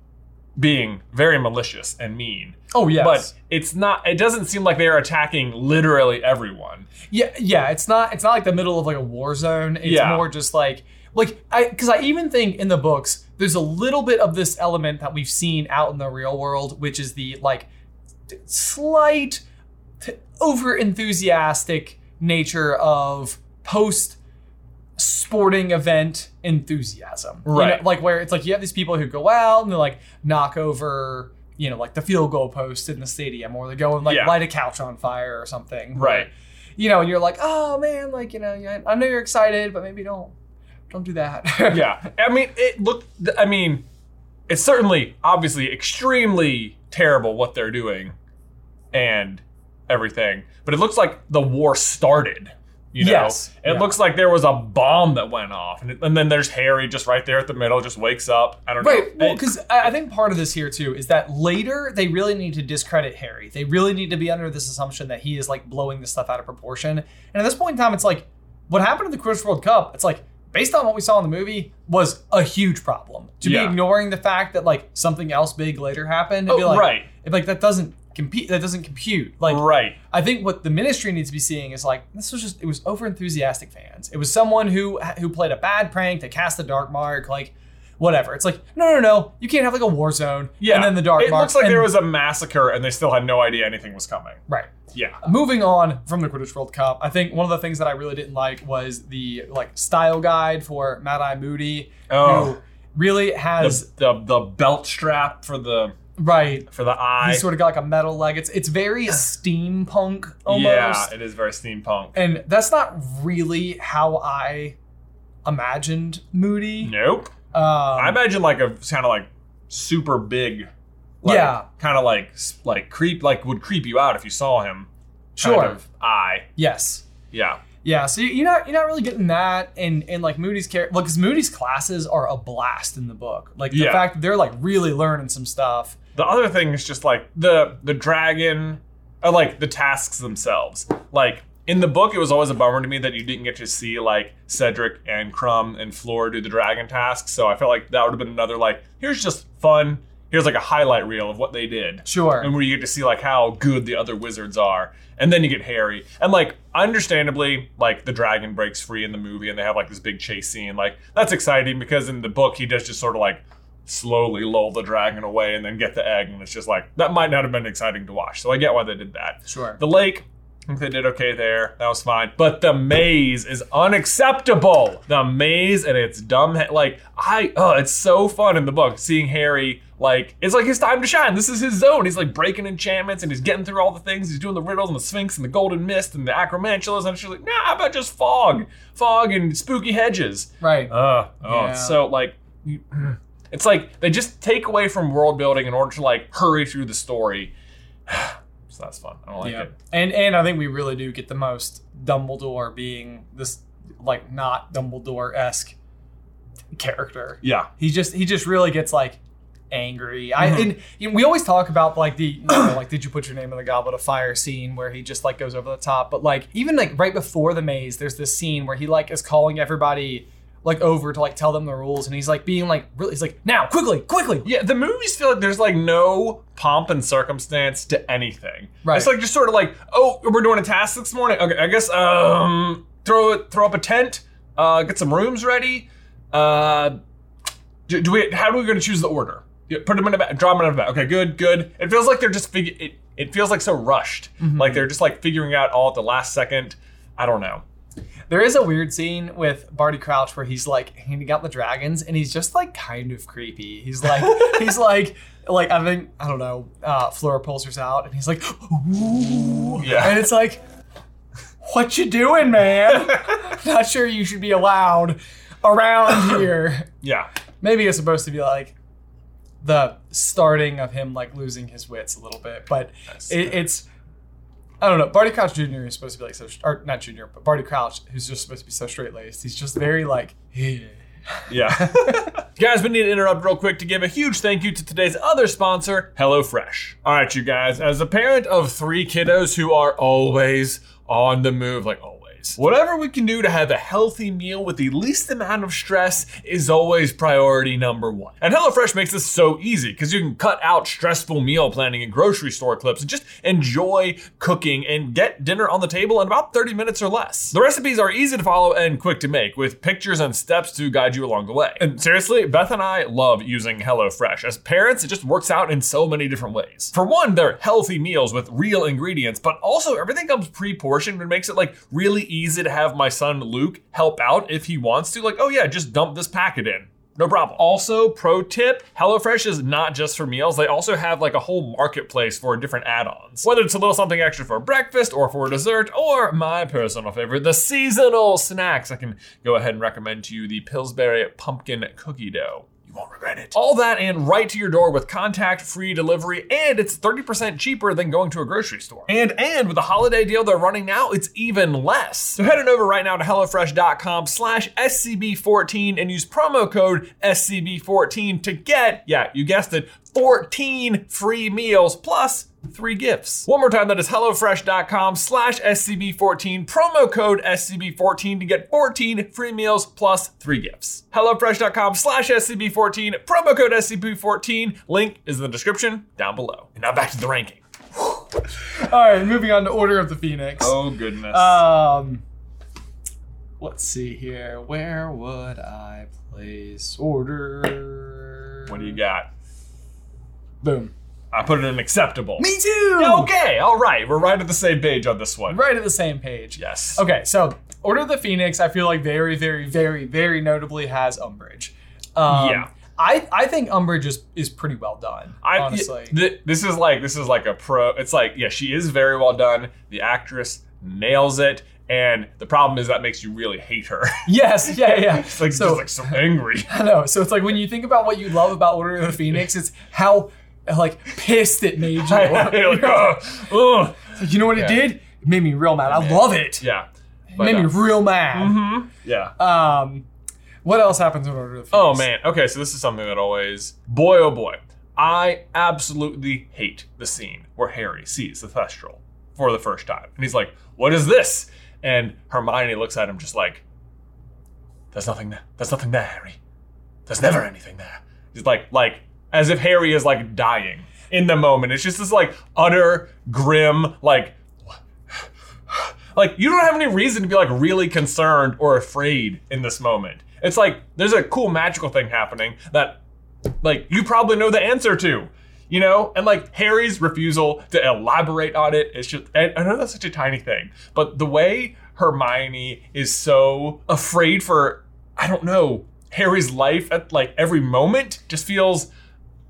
B: being very malicious and mean.
A: Oh yes.
B: But it's not. It doesn't seem like they are attacking literally everyone.
A: yeah, yeah. It's not. It's not like the middle of like a war zone. It's
B: Yeah.
A: more just like like I because I even think in the books there's a little bit of this element that we've seen out in the real world, which is the like slight t- over enthusiastic nature of post sporting event enthusiasm. You know,
B: Right.
A: like where it's like you have these people who go out and they like knock over, you know, like the field goal post in the stadium or they go and like
B: Yeah.
A: light a couch on fire or something.
B: Right.
A: You know, and you're like, oh man, like, you know, yeah, I know you're excited, but maybe don't don't do that.
B: yeah. I mean, it looked. I mean, it's certainly, obviously, extremely terrible what they're doing, and everything. But it looks like the war started. You know,
A: Yes.
B: it
A: Yeah.
B: looks like there was a bomb that went off, and, it, and then there's Harry just right there at the middle, just wakes up. I don't
A: Right,
B: know.
A: well, because I I think part of this here too is that later they really need to discredit Harry. They really need to be under this assumption that he is like blowing this stuff out of proportion. And at this point in time, it's like what happened to the Quidditch World Cup. It's like based on what we saw in the movie was a huge problem. To
B: Yeah.
A: be ignoring the fact that like something else big later happened. it'd be
B: Oh,
A: like,
B: right.
A: it'd be like that doesn't compete. That doesn't compute. Like
B: right.
A: I think what the ministry needs to be seeing is like this was just it was over enthusiastic fans. It was someone who who played a bad prank to cast the dark mark, like whatever. It's like no, no, no, you can't have like a war zone.
B: Yeah.
A: and then the dark
B: It
A: mark.
B: looks like
A: and-
B: there was a massacre, and they still had no idea anything was coming.
A: right.
B: Yeah.
A: Moving on from the Quidditch World Cup, I think one of the things that I really didn't like was the like style guide for Mad Eye Moody,
B: Oh.
A: who really has
B: The, the the belt strap for the
A: right.
B: for the eye.
A: He sort of got like a metal leg. It's it's very steampunk almost.
B: Yeah, it is very steampunk.
A: And that's not really how I imagined Moody.
B: Nope.
A: Um,
B: I imagine like a kind of like super big, like,
A: Yeah.
B: kind of like s- like creep like would creep you out if you saw him. kind
A: Sure.
B: of eye.
A: yes.
B: Yeah.
A: Yeah. So you- you're not you're not really getting that, and and like Moody's character, well, because Moody's classes are a blast in the book. Like the
B: Yeah.
A: fact that they're like really learning some stuff.
B: The other thing is just like the the dragon, or like the tasks themselves. Like in the book, it was always a bummer to me that you didn't get to see like Cedric and Crumb and Floor do the dragon tasks. So I felt like that would have been another like here's just fun. Here's like a highlight reel of what they did.
A: Sure.
B: and where you get to see like how good the other wizards are and then you get harry and like understandably like the dragon breaks free in the movie and they have like this big chase scene like that's exciting because in the book he does just sort of like slowly lull the dragon away and then get the egg and it's just like that might not have been exciting to watch so i get why they did that
A: Sure.
B: the lake I think they did okay there. That was fine. But the maze is unacceptable. The maze and its dumb he- like I oh, it's so fun in the book seeing Harry like it's like his time to shine. This is his zone. He's like breaking enchantments and he's getting through all the things. He's doing the riddles and the Sphinx and the Golden Mist and the Acromantulas and she's like, nah, how about just fog, fog and spooky hedges.
A: right.
B: Uh, oh,
A: Yeah.
B: so like, you- it's like they just take away from world building in order to like hurry through the story. so that's fun. I don't like
A: yeah.
B: it.
A: And and I think we really do get the most Dumbledore being this like not Dumbledore esque character.
B: Yeah.
A: He just he just really gets like angry. I and you know, we always talk about like the you know, like did you put your name in the goblet of fire scene where he just like goes over the top. But like even like right before the maze, there's this scene where he like is calling everybody like over to like tell them the rules, and he's like being like really he's like now quickly quickly.
B: Yeah, the movies feel like there's like no pomp and circumstance to anything.
A: Right.
B: It's like just sort of like, oh, we're doing a task this morning. Okay, I guess um throw it throw up a tent, uh, get some rooms ready. Uh do, do we how are we gonna choose the order? Yeah, put them in a bag, draw them in a bag. Okay, good, good. It feels like they're just fig- it, it feels like so rushed. Like they're just like figuring out all at the last second. I don't know.
A: There is a weird scene with Barty Crouch where he's like handing out the dragons, and he's just like kind of creepy. He's like, he's like, like I think I don't know. Uh, Flora pulls hers out, and he's like, ooh,
B: Yeah.
A: and it's like, what you doing, man? Not sure you should be allowed around here.
B: Yeah.
A: Maybe it's supposed to be like the starting of him like losing his wits a little bit, but it, it's I don't know. Barty Crouch Jr. is supposed to be like so, or not Jr. but Barty Crouch, who's just supposed to be so straight laced. He's just very like, "Yeah."
B: Yeah. guys, we need to interrupt real quick to give a huge thank you to today's other sponsor, HelloFresh. All right, you guys, as a parent of three kiddos who are always on the move, like always.
A: years.
B: Whatever we can do to have a healthy meal with the least amount of stress is always priority number one. And HelloFresh makes this so easy because you can cut out stressful meal planning and grocery store clips and just enjoy cooking and get dinner on the table in about 30 minutes or less. The recipes are easy to follow and quick to make with pictures and steps to guide you along the way. And seriously, Beth and I love using HelloFresh. As parents, it just works out in so many different ways. For one, they're healthy meals with real ingredients, but also everything comes pre-portioned and makes it like really easy to have my son Luke help out if he wants to. Like, oh yeah, just dump this packet in. No problem. Also, pro tip HelloFresh is not just for meals. They also have like a whole marketplace for different add ons. Whether it's a little something extra for breakfast or for dessert, or my personal favorite, the seasonal snacks. I can go ahead and recommend to you the Pillsbury Pumpkin Cookie Dough. You won't regret it. All that and right to your door with contact-free delivery, and it's 30% cheaper than going to a grocery store. And and with the holiday deal they're running now, it's even less. So head on over right now to HelloFresh.com slash SCB14 and use promo code SCB14 to get, yeah, you guessed it, 14 free meals plus three gifts. One more time, that is HelloFresh.com slash SCB14, promo code SCB14 to get 14 free meals plus three gifts. HelloFresh.com slash SCB14, promo code SCB14, link is in the description down below. And now back to the ranking.
A: All right, moving on to Order of the Phoenix.
B: Oh, goodness.
A: Um, let's see here. Where would I place order?
B: what do you got?
A: Boom.
B: I put it in acceptable.
A: Me too.
B: Okay, all right. We're right at the same page on this one.
A: Right at the same page.
B: Yes.
A: Okay, so Order of the Phoenix, I feel like very, very, very, very notably has Umbridge. Um,
B: Yeah.
A: I, I think Umbridge is, is pretty well done.
B: I,
A: honestly.
B: th- this is like this is like a pro. It's like yeah, she is very well done. The actress nails it, and the problem is that makes you really hate her.
A: yes, yeah, yeah.
B: it's like
A: so,
B: just like so angry.
A: I know. So it's like when you think about what you love about Order of the Phoenix, it's how like pissed it made you.
B: You're like, oh, "Ugh, ugh."
A: you know what it
B: Yeah.
A: did? It made me real mad. I love it.
B: Yeah.
A: It
B: But,
A: made me
B: uh,
A: real mad.
B: mhm, yeah.
A: Um, what else happens in Order of the
B: Oh
A: Phoenix?
B: man. Okay, so this is something that always boy oh boy. I absolutely hate the scene where Harry sees the Thestral for the first time. And he's like, "What is this?" And Hermione looks at him just like There's nothing there. There's nothing there, Harry. There's never anything there. He's like like as if Harry is like dying in the moment. It's just this like utter grim like like you don't have any reason to be like really concerned or afraid in this moment. It's like there's a cool magical thing happening that like you probably know the answer to. You know, and like Harry's refusal to elaborate on it, it's just, and I know that's such a tiny thing, but the way Hermione is so afraid for, I don't know, Harry's life at like every moment just feels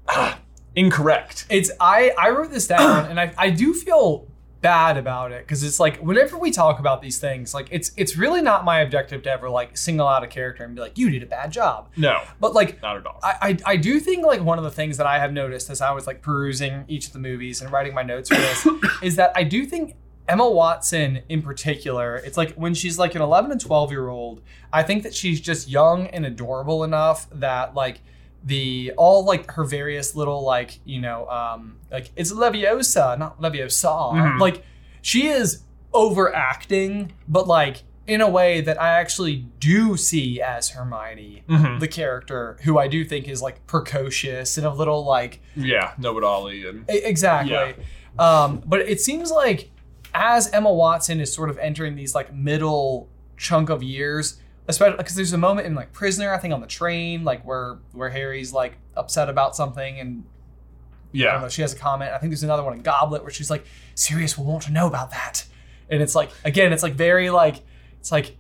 B: ah, incorrect.
A: It's I I wrote this down and I I do feel bad about it because it's like whenever we talk about these things, like it's it's really not my objective to ever like single out a character and be like, you did a bad job.
B: No,
A: But like
B: not at all.
A: I, I I do think like one of the things that I have noticed as I was like perusing each of the movies and writing my notes for this is that I do think Emma Watson in particular, it's like when she's like an 11 and 12 year old, I think that she's just young and adorable enough that like the all like her various little like you know um like it's leviosa not leviosa
B: Mhm.
A: like she is overacting but like in a way that i actually do see as hermione
B: Mhm.
A: the character who I do think is like precocious and a little like
B: Yeah, know it all, Ian.
A: e- exactly.
B: Yeah.
A: Um, but it seems like as Emma Watson is sort of entering these like middle chunk of years, especially because there's a moment in like Prisoner, I think on the train, like where where Harry's like upset about something and I don't
B: Yeah.
A: know, she has a comment. I think there's another one in Goblet where she's like, Sirius will want to know about that. And it's like, again, it's like very like, it's like,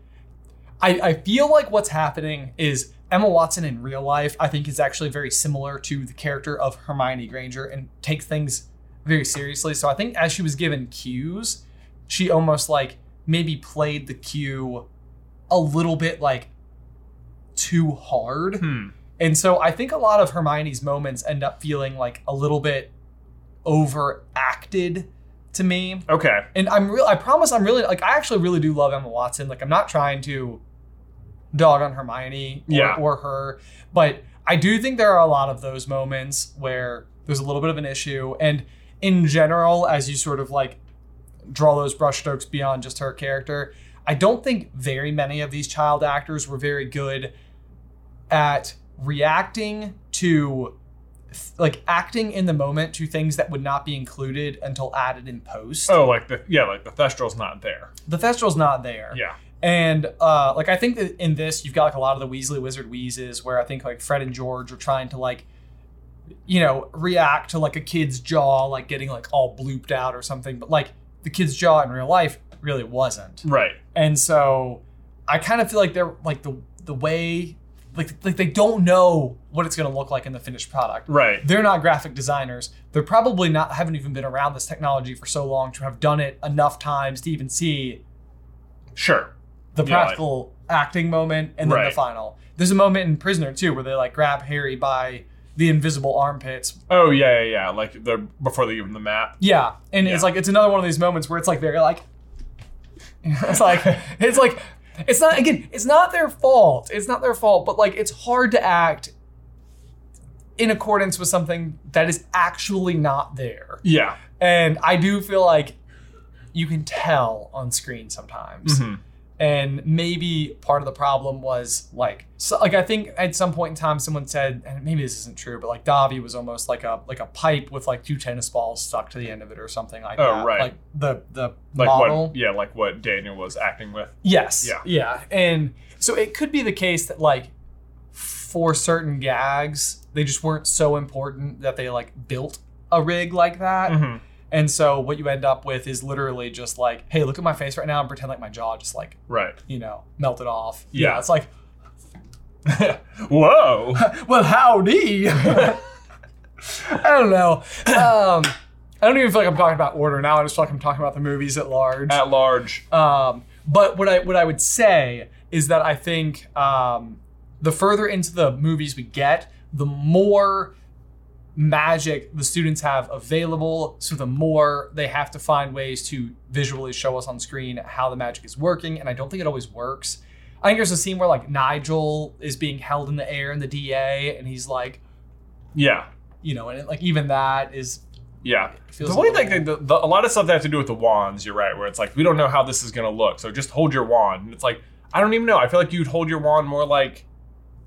A: I, I feel like what's happening is Emma Watson in real life, I think, is actually very similar to the character of Hermione Granger and takes things very seriously. So I think as she was given cues, she almost like maybe played the cue a little bit like too hard.
B: Hmm.
A: And so I think a lot of Hermione's moments end up feeling like a little bit overacted to me.
B: Okay.
A: And I'm real I promise I'm really like I actually really do love Emma Watson. Like I'm not trying to dog on Hermione or,
B: Yeah.
A: or her, but I do think there are a lot of those moments where there's a little bit of an issue and in general as you sort of like draw those brushstrokes beyond just her character, I don't think very many of these child actors were very good at reacting to th- like acting in the moment to things that would not be included until added in post.
B: Oh, like the yeah, like the thestral's not there.
A: The Thestral's not there.
B: Yeah.
A: And uh, like I think that in this you've got like a lot of the Weasley Wizard Wheezes where I think like Fred and George are trying to like you know react to like a kid's jaw like getting like all blooped out or something, but like the kid's jaw in real life really wasn't.
B: Right.
A: And so I kind of feel like they're like the the way like like they don't know what it's going to look like in the finished product.
B: Right.
A: They're not graphic designers. They're probably not haven't even been around this technology for so long to have done it enough times to even see
B: Sure.
A: the
B: Yeah, like-
A: practical acting moment and then the
B: Right.
A: final. There's a moment in Prisoner too where they like grab Harry by the invisible armpits.
B: Oh yeah, yeah, yeah. Like the before they give him the map.
A: Yeah, and it's
B: Yeah.
A: like it's another one of these moments where it's like very like it's like it's like it's not again, it's not their fault. It's not their fault, but like it's hard to act in accordance with something that is actually not there.
B: Yeah.
A: And I do feel like you can tell on screen sometimes.
B: Mhm.
A: And maybe part of the problem was like, so, like I think at some point in time someone said, and maybe this isn't true, but like Davi was almost like a like a pipe with like two tennis balls stuck to the end of it or something like
B: Oh,
A: that.
B: right.
A: Like the the
B: Like
A: model.
B: what? Yeah, like what Daniel was acting with.
A: Yes.
B: Yeah.
A: Yeah. And so it could be the case that like for certain gags, they just weren't so important that they like built a rig like that.
B: Mhm.
A: And so what you end up with is literally just like, hey, look at my face right now and pretend like my jaw just like,
B: Right.
A: you know, melted off.
B: Yeah.
A: It's like,
B: Whoa.
A: well, howdy. I don't know. Um, I don't even feel like I'm talking about order now. I just feel like I'm talking about the movies at large.
B: At large.
A: Um, but what I what I would say is that I think um, the further into the movies we get, the more magic the students have available. So the more they have to find ways to visually show us on screen how the magic is working, and I don't think it always works. I think there's a scene where like Nigel is being held in the air in the DA, and he's like,
B: Yeah.
A: you know, and it, like even that is
B: Yeah.
A: feels
B: the way
A: a
B: like
A: little-
B: the, the, a lot of stuff that have to do with the wands, you're right, where it's like we don't know how this is gonna look, so just hold your wand. And it's like I don't even know. I feel like you'd hold your wand more like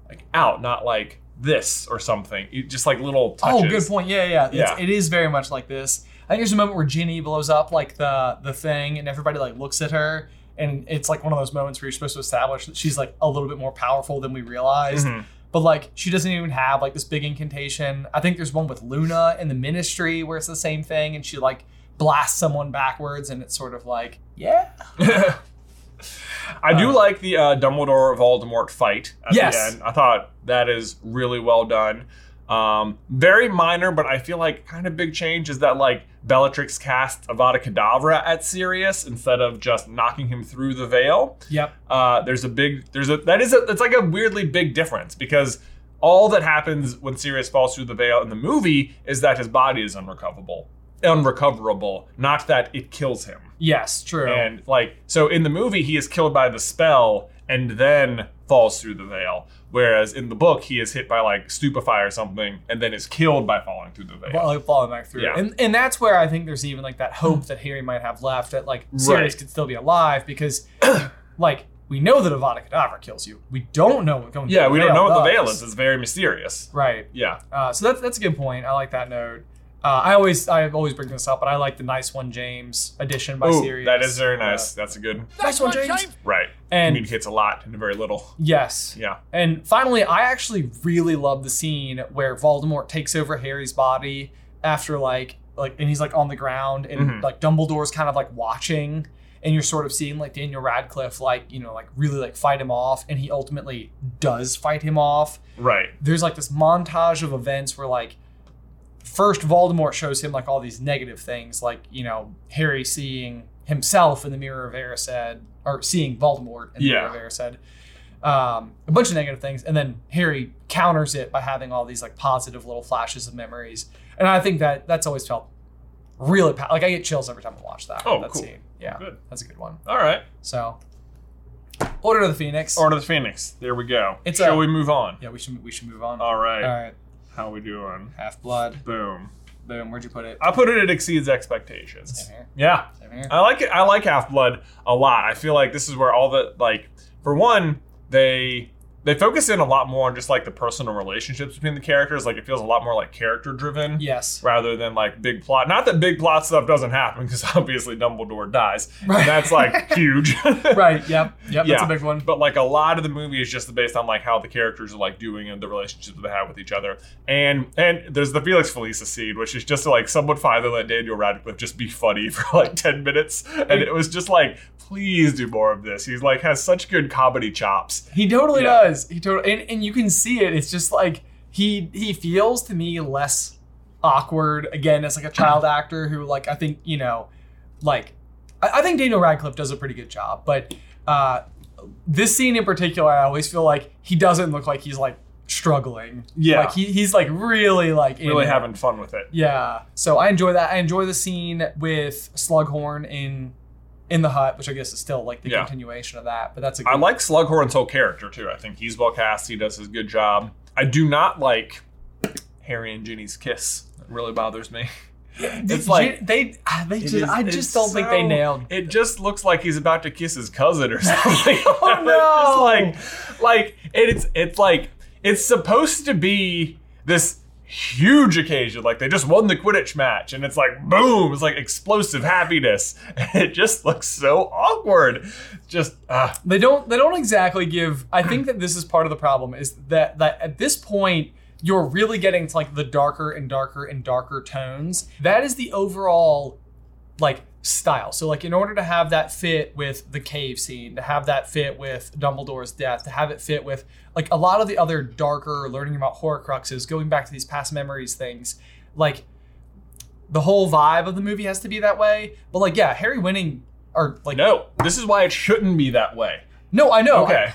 B: like out, not like this or something. You, just like little touches.
A: Oh, good point. Yeah, yeah. It's,
B: Yeah.
A: It is very much like this. I think there's a moment where Ginny blows up like the the thing, and everybody like looks at her, and it's like one of those moments where you're supposed to establish that she's like a little bit more powerful than we realized.
B: Mhm.
A: But like she doesn't even have like this big incantation. I think there's one with Luna in the Ministry where it's the same thing, and she like blasts someone backwards, and it's sort of like yeah,
B: I do like the uh, Dumbledore Voldemort fight at
A: Yes.
B: the end. I thought that is really well done. Um, very minor, but I feel like kind of big change is that like Bellatrix casts Avada Kedavra at Sirius instead of just knocking him through the veil.
A: yep,
B: Uh, there's a big there's a that is a that's like a weirdly big difference because all that happens when Sirius falls through the veil in the movie is that his body is unrecoverable, unrecoverable, not that it kills him.
A: yes, true.
B: And like, so in the movie, he is killed by the spell and then falls through the veil. Whereas in the book, he is hit by like stupefy or something and then is killed by falling through the veil.
A: Well, like falling back through,
B: Yeah.
A: and and that's where I think there's even like that hope that Harry might have left that like Sirius
B: Right.
A: could still be alive because, like, we know that Avada Kedavra kills you. We don't know what going.
B: yeah,
A: through
B: we
A: the
B: don't know what the
A: does.
B: veil is. It's very mysterious.
A: Right.
B: Yeah.
A: Uh, so that's that's a good point. I like that note. Uh, I always I always bring this up, but I like the nice one James edition by
B: Ooh,
A: Sirius.
B: that is very nice. That's a good.
A: Uh, nice one James.
B: Right.
A: And-
B: Communicates a lot and very little.
A: Yes.
B: Yeah.
A: And finally, I actually really love the scene where Voldemort takes over Harry's body after like like and he's like on the ground and
B: Mhm.
A: like Dumbledore's kind of like watching and you're sort of seeing like Daniel Radcliffe like, you know, like really like fight him off and he ultimately does fight him off.
B: Right.
A: There's like this montage of events where like first Voldemort shows him like all these negative things like, you know, Harry seeing himself in the mirror of Erised or seeing Voldemort in the
B: Yeah.
A: mirror of Erised um, a bunch of negative things, and then Harry counters it by having all these like positive little flashes of memories, and I think that that's always felt really pa- like I get chills every time I watch that.
B: Oh,
A: that
B: cool.
A: scene. Yeah,
B: Good.
A: that's a good one.
B: All right.
A: So, Order of the Phoenix.
B: Order of the Phoenix. There we go.
A: It's
B: Shall
A: a-
B: we move on?
A: yeah, we should we should move on.
B: All right.
A: All right,
B: How we doing?
A: Half Blood.
B: Boom.
A: Boom. Where'd you put it?
B: I put it. It exceeds expectations.
A: Same here.
B: Yeah,
A: Same here.
B: I like it. I like Half Blood a lot. I feel like this is where all the like, for one, they they focus in a lot more on just like the personal relationships between the characters. Like it feels a lot more like character driven.
A: Yes.
B: Rather than like big plot. Not that big plot stuff doesn't happen because obviously Dumbledore dies.
A: Right.
B: And that's like huge.
A: Right. Yep. Yep. That's
B: Yeah.
A: a big one.
B: But like a lot of the movie is just based on like how the characters are like doing and the relationships they have with each other. And and there's the Felix Felicis scene, which is just like someone finally let Daniel Radcliffe just be funny for like ten minutes, and it was just like, please do more of this. He's like has such good comedy chops.
A: He totally
B: Yeah.
A: does. He totally and, and you can see it. It's just like he he feels to me less awkward again as like a child actor who like I think, you know, like I, I think Daniel Radcliffe does a pretty good job, but uh this scene in particular I always feel like he doesn't look like he's like struggling.
B: Yeah.
A: Like he, he's like really like in
B: Really
A: it.
B: having fun with it.
A: Yeah. So I enjoy that. I enjoy the scene with Slughorn in in the hut, which I guess is still like the
B: Yeah.
A: continuation of that, but that's a good
B: I like Slughorn's whole character too. I think he's well cast. He does his good job. I do not like Harry and Ginny's kiss. It really bothers me. It's
A: It's
B: like-
A: like they, ah, they just,
B: is-
A: I
B: it's
A: just don't think they
B: so-
A: nailed.
B: It just looks like he's about to kiss his cousin or something.
A: Oh, no.
B: It's just like, like and it's it's like it's supposed to be this huge occasion. Like they just won the Quidditch match, and it's like boom, it's like explosive happiness. And it just looks so awkward. Just ah,
A: They don't, they don't exactly give. I think that this is part of the problem is that that at this point you're really getting to like the darker and darker and darker tones. That is the overall like style. So like in order to have that fit with the cave scene, to have that fit with Dumbledore's death, to have it fit with like a lot of the other darker learning about Horcruxes, going back to these past memories things, like the whole vibe of the movie has to be that way. But like yeah, Harry winning or like
B: no. This is why it shouldn't be that way.
A: no, Oh, I know.
B: Okay.
A: I,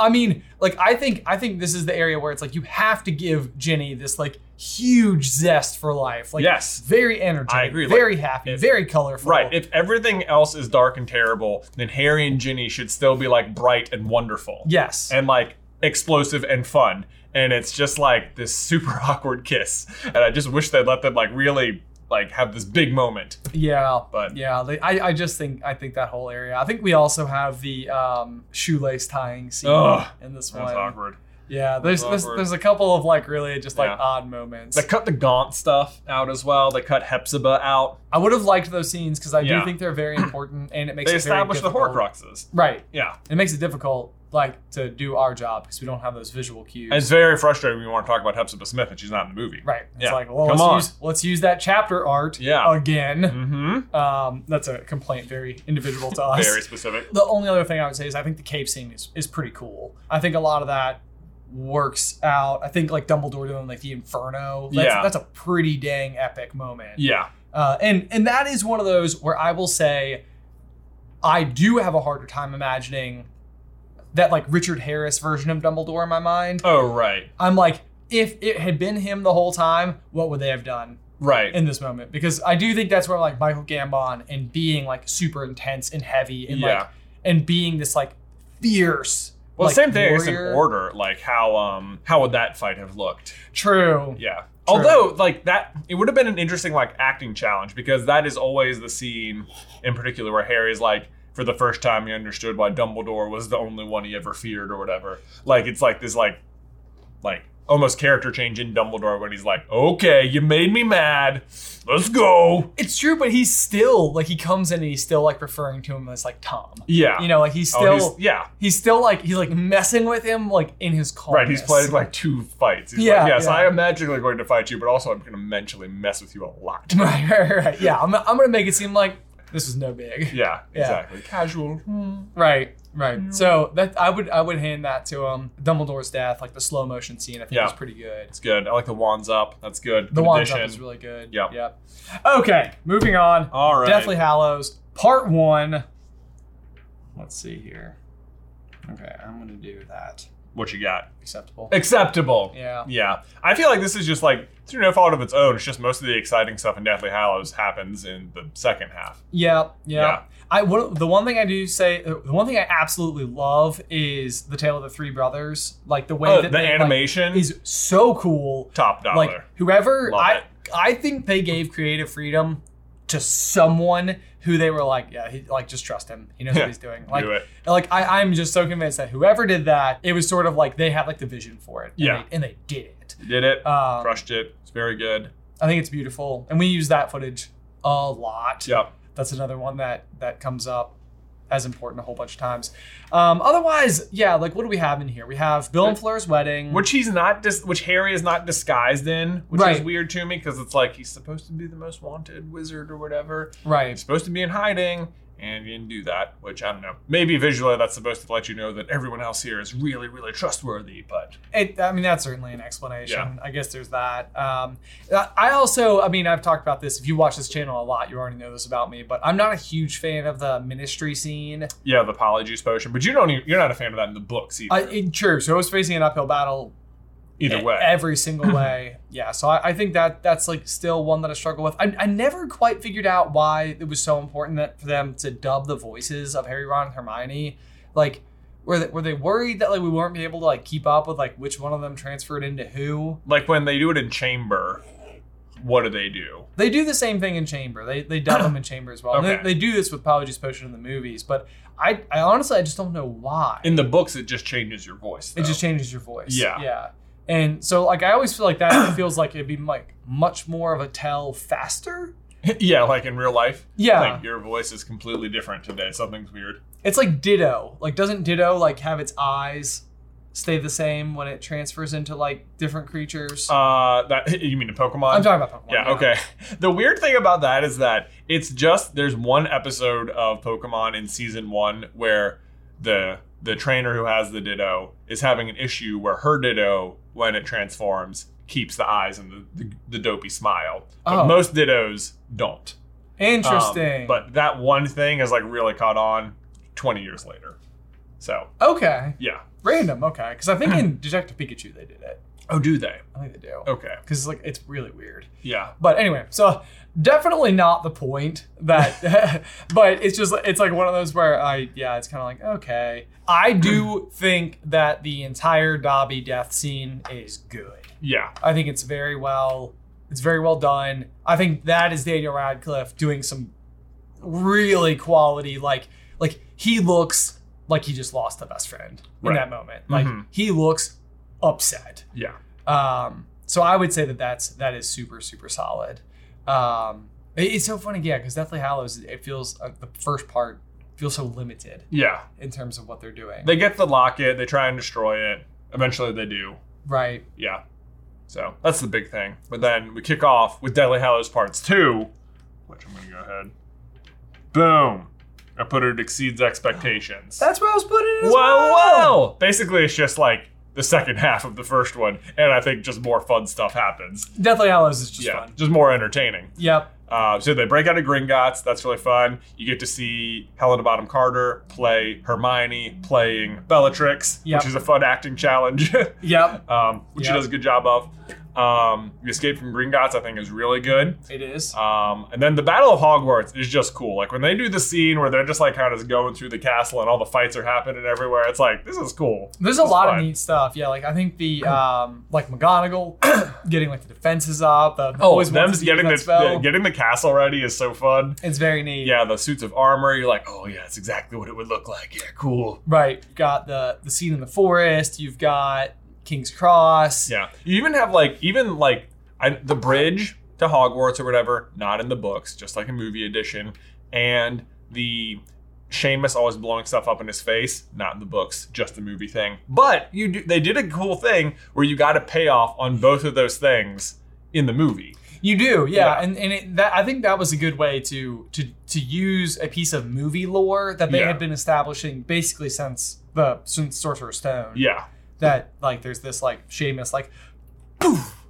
A: I, I mean, like, I think I think this is the area where it's like you have to give Jenny this like huge zest for life. Like,
B: Yes.
A: very energetic.
B: I agree, like,
A: Very happy. very colorful.
B: Right. If everything else is dark and terrible, then Harry and Ginny should still be like bright and wonderful.
A: yes.
B: and like explosive and fun. And it's just like this super awkward kiss. And I just wish they'd let them like really like have this big moment.
A: yeah.
B: But-
A: yeah, like, I I just think I think that whole area. I think we also have the um shoelace tying scene
B: Ugh,
A: in this one.
B: That's awkward.
A: Yeah. There's there's,
B: awkward.
A: there's a couple of like really just like
B: Yeah.
A: odd moments.
B: They cut the Gaunt stuff out as well. They cut Hepzibah out.
A: I would have liked those scenes because I
B: Yeah.
A: do think they're very important and it makes
B: They
A: it very
B: established the
A: difficult.
B: Horcruxes.
A: Right.
B: Yeah.
A: it makes it difficult like to do our job because we don't have those visual cues.
B: And it's very frustrating when you want to talk about Hepzibah Smith and she's not in the movie.
A: right. It's
B: Yeah.
A: like, well,
B: Come
A: let's
B: on.
A: use let's use that chapter art
B: Yeah.
A: again.
B: Mm-hmm.
A: Um, that's a complaint very individual to us.
B: Very specific.
A: The only other thing I would say is I think the cave scene is, is pretty cool. I think a lot of that works out. I think like Dumbledore doing like the Inferno. That's,
B: Yeah.
A: that's a pretty dang epic moment.
B: Yeah.
A: Uh, and and that is one of those where I will say I do have a harder time imagining that like Richard Harris version of Dumbledore in my mind.
B: Oh right.
A: I'm like, if it had been him the whole time, what would they have done
B: Right.
A: in this moment? Because I do think that's where like Michael Gambon and being like super intense and heavy and
B: Yeah.
A: like and being this like fierce.
B: well,
A: like,
B: same thing. It's in
A: warrior.
B: order. Like how um how would that fight have looked?
A: True.
B: Yeah. Although, like that, it would have been an interesting like acting challenge because that is always the scene in particular where Harry's like, for the first time, he understood why Dumbledore was the only one he ever feared or whatever. Like it's like this like, like almost character change in Dumbledore when he's like, okay, you made me mad, let's go.
A: It's true, but he's still like he comes in and he's still like referring to him as like Tom.
B: Yeah.
A: You know, like he's still
B: Oh, he's- yeah.
A: he's still like he's like messing with him like in his car.
B: Right, he's played like two fights. He's
A: Yeah,
B: like, yes,
A: yeah.
B: I am magically going to fight you, but also I'm going to mentally mess with you a lot.
A: right, right, right, right. Yeah, I'm, I'm gonna make it seem like this is no big.
B: Yeah,
A: Yeah.
B: exactly. Casual.
A: Right, right. So that I would I would hand that to him. Dumbledore's death, like the slow motion scene, I think
B: Yeah.
A: was pretty good.
B: It's good. I like the wands up. That's good.
A: The
B: Good
A: wand up
B: addition.
A: is really good.
B: Yep.
A: Yep. Okay, moving on.
B: All right.
A: Deathly Hallows, part one. Let's see here. Okay, I'm gonna do that.
B: What you got?
A: Acceptable.
B: Acceptable.
A: Yeah.
B: Yeah. I feel like this is just like through no fault of its own. It's just most of the exciting stuff in Deathly Hallows happens in the second half.
A: Yeah, yeah.
B: Yeah.
A: I one, the one thing I do say, uh, the one thing I absolutely love is the tale of the three brothers. Like the way
B: Oh,
A: that
B: the
A: they, like,
B: animation
A: is so cool.
B: Top dollar.
A: Like whoever
B: Love
A: I
B: it.
A: I think they gave creative freedom to someone who they were like, yeah, he, like just trust him. He knows
B: Yeah.
A: what he's doing. Like,
B: Do it.
A: like I, I'm just so convinced that whoever did that, it was sort of like they had like the vision for it. and
B: Yeah.
A: they- and they did it.
B: Did it.
A: Um,
B: crushed it. It's very good.
A: I think it's beautiful, and we use that footage a lot.
B: Yeah.
A: that's another one that that comes up as important a whole bunch of times. Um, otherwise, yeah, like what do we have in here? We have Bill and Fleur's wedding,
B: Which he's not dis- which Harry is not disguised in, which is
A: Right.
B: weird to me because it's like he's supposed to be the most wanted wizard or whatever. He's
A: right?
B: supposed to be in hiding, and he didn't do that, which I don't know. Maybe visually that's supposed to let you know that everyone else here is really, really trustworthy, but
A: It, I mean, that's certainly an explanation.
B: Yeah.
A: I guess there's that. Um, I I also, I mean, I've talked about this. If you watch this channel a lot, you already know this about me. But I'm not a huge fan of the ministry scene.
B: yeah, the polyjuice potion. But you don't even, you're not a fan of that in the books either.
A: I, Uh, it, true. So I was facing an uphill battle
B: either
A: e-
B: way.
A: every single way. Yeah, so I, I think that that's like still one that I struggle with. I, I never quite figured out why it was so important that for them to dub the voices of Harry, Ron, and Hermione. Like, were they, were they worried that like we weren't be able to like keep up with like which one of them transferred into who?
B: like when they do it in chamber, what do they do?
A: They do the same thing in Chamber. They they dub them in Chamber as well. And
B: Okay.
A: They, they do this with Apologies Potion in the movies, but I, I honestly I just don't know why.
B: In the books, it just changes your voice.
A: It
B: though.
A: just changes your voice.
B: Yeah.
A: Yeah. And so like I always feel like that feels like it'd be like much more of a tell faster.
B: yeah, like in real life.
A: Yeah.
B: like your voice is completely different today. Something's weird.
A: It's like Ditto. Like doesn't Ditto like have its eyes stay the same when it transfers into like different creatures?
B: Uh, that you mean in Pokemon?
A: I'm talking about Pokemon.
B: Yeah, okay. The weird thing about that is that it's just there's one episode of Pokemon in season one where the the trainer who has the Ditto is having an issue where her Ditto, when it transforms, keeps the eyes and the, the, the dopey smile. But
A: Oh.
B: most Dittos don't. Um,
A: Interesting.
B: but that one thing has like really caught on 20 years later. So
A: okay,
B: yeah.
A: random. Okay, because I think in Detective Pikachu they did it.
B: Oh, do they?
A: I think they do.
B: Okay.
A: Because like it's really weird.
B: Yeah.
A: But anyway, so definitely not the point that but it's just it's like one of those where I yeah, it's kind of like okay. I do think that the entire Dobby death scene is good.
B: Yeah.
A: I think it's very well it's very well done. I think that is Daniel Radcliffe doing some really quality like like he looks like he just lost a best friend in
B: Right.
A: that moment. Like
B: Mhm.
A: he looks upset.
B: Yeah.
A: Um, so I would say that that's that is super super solid. Um, it- it's so funny, yeah, because Deathly Hallows it feels uh, the first part feels so limited
B: Yeah.
A: in terms of what they're doing,
B: They get the locket, they try and destroy it. Eventually they do.
A: right?
B: Yeah. So that's the big thing. But then we kick off with Deadly Hallows Parts 2, which I'm going to go ahead. Boom. I put it exceeds expectations.
A: That's where I was putting it. As
B: Well,
A: well,
B: well. Basically, it's just like the second half of the first one, and I think just more fun stuff happens.
A: Deathly Hallows is just
B: yeah,
A: fun.
B: just more entertaining.
A: Yep.
B: Uh, so they break out of Gringotts. That's really fun. You get to see Helena Bottom Carter play Hermione playing Bellatrix,
A: Yep.
B: which is a fun acting challenge,
A: Yep.
B: um, which she
A: Yep.
B: does a good job of. Um, the Escape from Gringotts, I think, is really good.
A: It is.
B: Um, and then the Battle of Hogwarts is just cool. Like when they do the scene where they're just like kind of going through the castle and all the fights are happening everywhere. It's like this is cool.
A: There's a lot of
B: fun.
A: neat stuff. Yeah, like I think the um like McGonagall getting like the defenses up. The, always
B: Oh, them
A: wants to use
B: getting
A: that
B: the
A: spell.
B: yeah, getting the castle ready is so fun.
A: it's very neat.
B: Yeah, the suits of armor. You're like, oh yeah, it's exactly what it would look like. Yeah, cool.
A: Right. You've got the the scene in the forest. You've got King's Cross.
B: Yeah. You even have like even like I, the bridge to Hogwarts or whatever, not in the books, just like a movie edition, and the Seamus always blowing stuff up in his face, not in the books, just the movie thing. But you do, they did a cool thing where you got a payoff on both of those things in the movie.
A: You do, yeah,
B: Yeah.
A: and and it, that I think that was a good way to to to use a piece of movie lore that they
B: Yeah.
A: had been establishing basically since the since Sorcerer's Stone.
B: Yeah.
A: that like there's this like Seamus like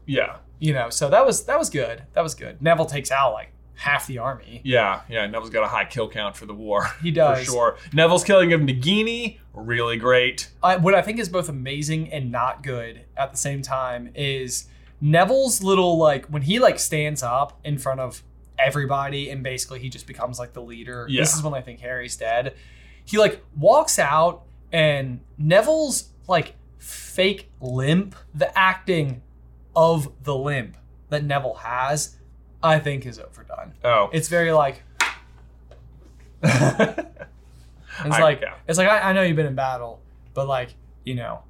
B: Yeah.
A: you know, so that was that was good. That was good. Neville takes out like half the army.
B: Yeah, yeah. Neville's got a high kill count for the war.
A: He does.
B: For sure. Neville's killing of Nagini, really great.
A: I, what I think is both amazing and not good at the same time is Neville's little like when he like stands up in front of everybody and basically he just becomes like the leader.
B: Yeah.
A: This is when I think Harry's dead. He like walks out and Neville's like fake limp, the acting of the limp that Neville has, I think is overdone.
B: Oh,
A: It's very like it's
B: I-
A: like
B: yeah.
A: it's like I, I know you've been in battle, but like you know,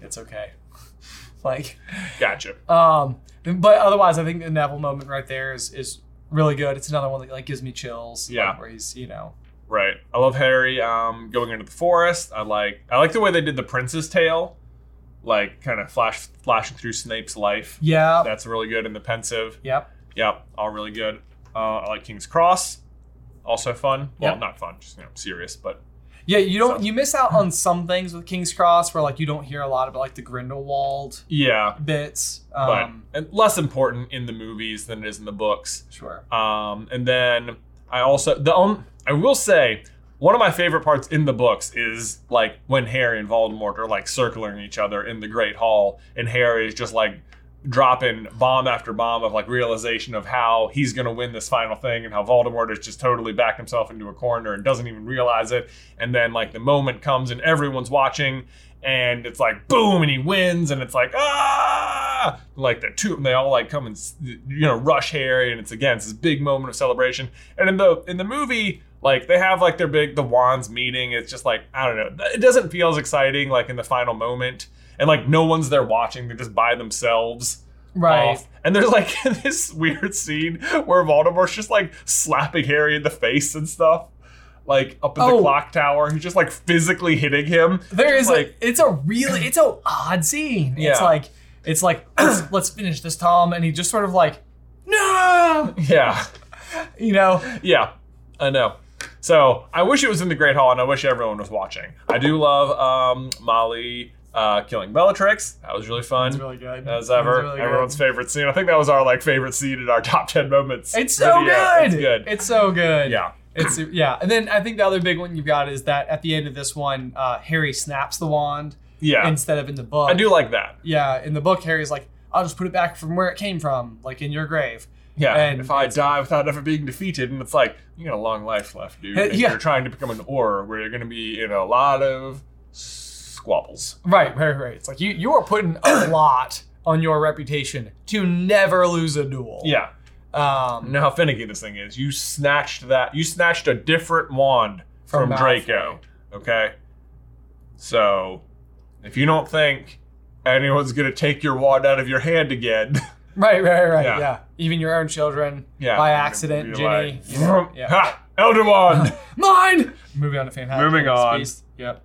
A: it's okay. like
B: gotcha.
A: um, but otherwise, I think the Neville moment right there is is really good. It's another one that like gives me chills. like,
B: Yeah.
A: where he's you know
B: Right. I love Harry um, going into the forest. I like I like the way they did the prince's tale, like kind of flash flashing through Snape's life.
A: yeah
B: That's really good and the pensive.
A: yep
B: Yep, all really good. Uh, I like King's Cross. Also fun. Well,
A: Yep.
B: not fun, just you know, serious, but
A: yeah you don't
B: So-
A: you miss out on some things with King's Cross where like you don't hear a lot about like the Grindelwald
B: yeah,
A: bits.
B: but
A: Um,
B: and less important in the movies than it is in the books.
A: sure.
B: Um, and then I also the um, I will say one of my favorite parts in the books is like when Harry and Voldemort are like circling each other in the Great Hall, and Harry is just like dropping bomb after bomb of like realization of how he's going to win this final thing and how Voldemort has just totally backed himself into a corner and doesn't even realize it and then like the moment comes and everyone's watching and it's like boom and he wins and it's like ah like the two they all like come and s- you know rush Harry and it's again it's this big moment of celebration and in the in the movie like they have like their big the wands meeting it's just like I don't know it doesn't feel as exciting like in the final moment and like no one's there watching they're just by themselves
A: Right.
B: off. And there's like this weird scene where Voldemort's just like slapping Harry in the face and stuff, like up in
A: Oh.
B: the clock tower. He's just like physically hitting him.
A: There
B: Just,
A: is
B: like
A: like it's a really it's a odd scene. It's
B: Yeah.
A: like it's like let's, let's finish this Tom and he just sort of like no
B: yeah,
A: you know
B: yeah, I know. So I wish it was in the Great Hall, and I wish everyone was watching. I do love um, Molly uh, killing Bellatrix. That was really fun.
A: it's really good
B: as ever,
A: It's really good.
B: everyone's favorite scene. I think that was our like favorite scene in our top ten moments.
A: It's so
B: video.
A: good.
B: It's good.
A: It's so good.
B: yeah.
A: It's yeah. And then I think the other big one you've got is that at the end of this one, uh, Harry snaps the wand
B: Yeah.
A: instead of in the book.
B: I do like that.
A: Yeah, in the book, Harry's like, "I'll just put it back from where it came from, like in your grave."
B: Yeah,
A: And
B: if I
A: it's-
B: die without ever being defeated, and it's like you got a long life left, dude.
A: Uh,
B: and
A: yeah.
B: You're trying to become an auror where you're going to be in a lot of squabbles.
A: Right, right, right. It's like you you are putting a lot on your reputation to never lose a duel.
B: Yeah, you
A: Um,
B: know how finicky this thing is. You snatched that. You snatched a different wand
A: From
B: from,
A: Malfoy.
B: Draco. Okay, so if you don't think anyone's going to take your wand out of your hand again,
A: right, right, right. Yeah.
B: Yeah.
A: Even your own children.
B: yeah,
A: By
B: you're gonna
A: accident,
B: be
A: Ginny.
B: like,
A: you know, yeah.
B: Ha, Elder wand.
A: Mine. Moving on to Fantastic.
B: Moving
A: Beasts.
B: on.
A: Yep.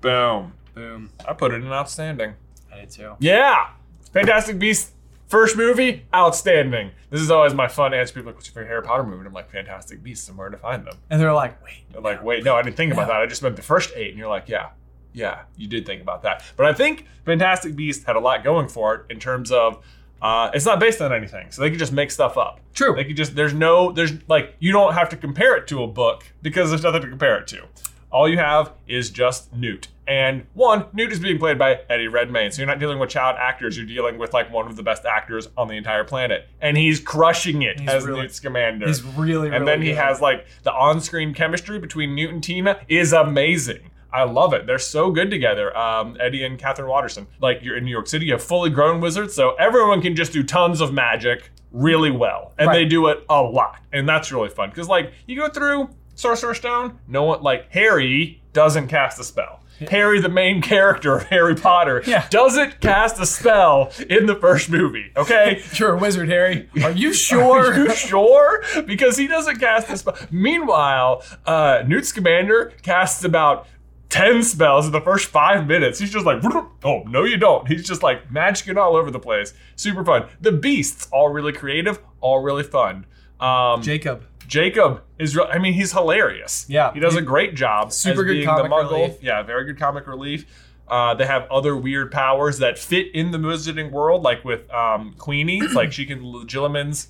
B: Boom.
A: Boom.
B: I put it in outstanding.
A: I did too.
B: Yeah. Fantastic Beasts first movie, outstanding. This is always my fun answer. People are like, what's your favorite Harry Potter movie? And I'm like, Fantastic Beasts and where to find them.
A: And they're like, wait.
B: They're like, wait, no, I didn't think about that. I just meant the first eight. And you're like, yeah, yeah, you did think about that. But I think Fantastic Beasts had a lot going for it in terms of uh, it's not based on anything. So they could just make stuff up.
A: True.
B: They could just, there's no, there's like, you don't have to compare it to a book because there's nothing to compare it to. All you have is just Newt. And one, Newt is being played by Eddie Redmayne. So you're not dealing with child actors. You're dealing with like one of the best actors on the entire planet. And he's crushing it
A: He's
B: as
A: really-
B: Newt's commander.
A: He's really, really
B: And then he
A: good.
B: has like the on-screen chemistry between Newt and Tina is amazing. I love it. They're so good together. Um, Eddie and Catherine Watterson. Like you're in New York City, you have fully grown wizards, so everyone can just do tons of magic really well, and
A: Right.
B: they do it a lot, and that's really fun. Because like you go through Sorcerer's Stone, no one like Harry doesn't cast a spell. Harry, the main character of Harry Potter,
A: Yeah.
B: doesn't cast a spell in the first movie. Okay,
A: You're a wizard, Harry. Are you sure?
B: are you sure? Because he doesn't cast a spell. Meanwhile, uh, Newt's commander casts about 10 spells in the first five minutes. He's just like, oh, no, you don't. He's just like magicking all over the place. Super fun. The beasts, all really creative, all really fun. Um,
A: Jacob.
B: Jacob is, re- I mean, he's hilarious.
A: Yeah.
B: He does a great job.
A: Super
B: as
A: good
B: being
A: comic
B: the Muggle.
A: relief.
B: Yeah, very good comic relief. Uh, they have other weird powers that fit in the wizarding world, like with um, Queenie. It's like she can legilimens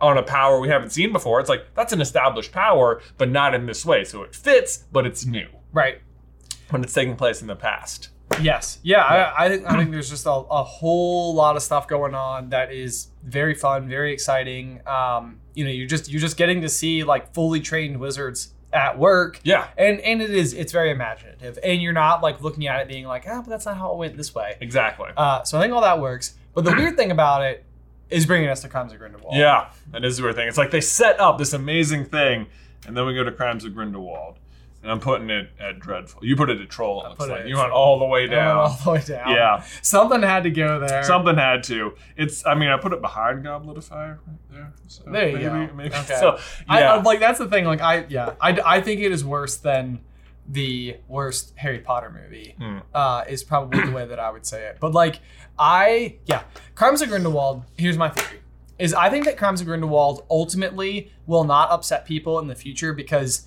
B: on a power we haven't seen before. It's like that's an established power, but not in this way. So it fits, but it's new
A: Right.
B: when it's taking place in the past.
A: Yes. Yeah. I, I, think, I think there's just a, a whole lot of stuff going on that is very fun, very exciting. Um, you know, you're just you're just getting to see like fully trained wizards at work.
B: Yeah,
A: And and it is it's very imaginative, and you're not like looking at it being like, ah, but that's not how it went this way.
B: exactly.
A: Uh, so I think all that works. But the weird thing about it is bringing us to Crimes of Grindelwald.
B: Yeah, that is the weird thing. It's like they set up this amazing thing, and then we go to Crimes of Grindelwald. And I'm putting it at dreadful. You put it at troll. It looks
A: put it
B: like.
A: at
B: You went all the way
A: It went
B: down.
A: all the way down.
B: Yeah.
A: something had to go there.
B: Something had to. It's. I mean, I put it behind Goblet of Fire right there. So
A: There you
B: maybe,
A: go.
B: Maybe.
A: Okay.
B: So
A: I,
B: yeah.
A: I- like that's the thing. Like I yeah, I, I think it is worse than the worst Harry Potter movie.
B: Hmm.
A: Uh, is probably the way that I would say it. But like I yeah, Crimes of Grindelwald. Here's my theory: is I think that Crimes of Grindelwald ultimately will not upset people in the future because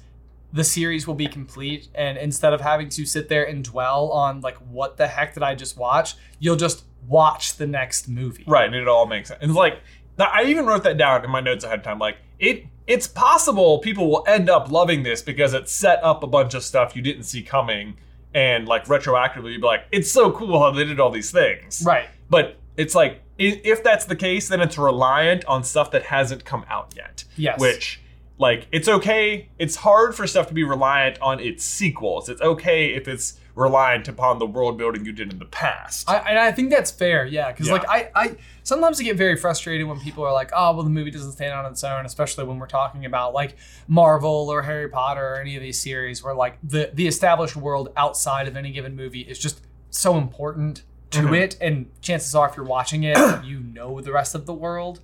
A: the series will be complete and instead of having to sit there and dwell on like what the heck did I just watch, you'll just watch the next movie.
B: Right, and it all makes sense. It's like I even wrote that down in my notes ahead of time. Like it, it's possible people will end up loving this because it set up a bunch of stuff you didn't see coming, and like retroactively, you'd be like, "It's so cool how they did all these things."
A: Right.
B: But it's like i- if that's the case, then it's reliant on stuff that hasn't come out yet.
A: Yes.
B: Which. Like it's okay. It's hard for stuff to be reliant on its sequels. It's okay if it's reliant upon the world building you did in the past.
A: I, and I think that's fair, yeah. Because
B: Yeah.
A: like I, I sometimes I get very frustrated when people are like, "Oh, well, the movie doesn't stand on its own," especially when we're talking about like Marvel or Harry Potter or any of these series where like the the established world outside of any given movie is just so important to
B: Mm-hmm.
A: it, and chances are, if you're watching it, you know the rest of the world.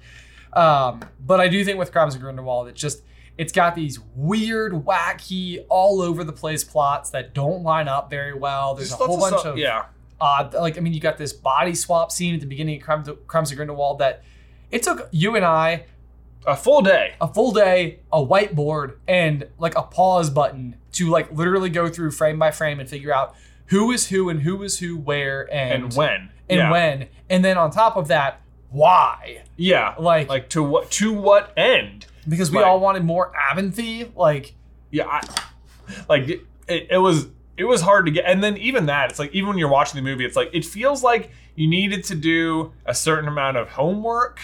A: Um, but I do think with Crimes of Grindelwald, it's just it's got these weird, wacky, all over the place plots that don't line up very well. There's
B: Just
A: a
B: lots
A: whole bunch
B: stuff-
A: of
B: yeah.
A: odd. Uh, Like, I mean, you got this body swap scene at the beginning of Crimes of, Crimes of Grindelwald that it took you and I
B: A full day.
A: a full day, a whiteboard, and like a pause button to like literally go through frame by frame and figure out who is who and who is who where and,
B: and, when
A: and
B: yeah.
A: when. And then on top of that, why?
B: yeah
A: Like-
B: like to what to what end
A: Because we
B: Right.
A: all wanted more Abenthy. Like,
B: yeah I, like it, it was it was hard to get and then even that it's like even when you're watching the movie it's like it feels like you needed to do a certain amount of homework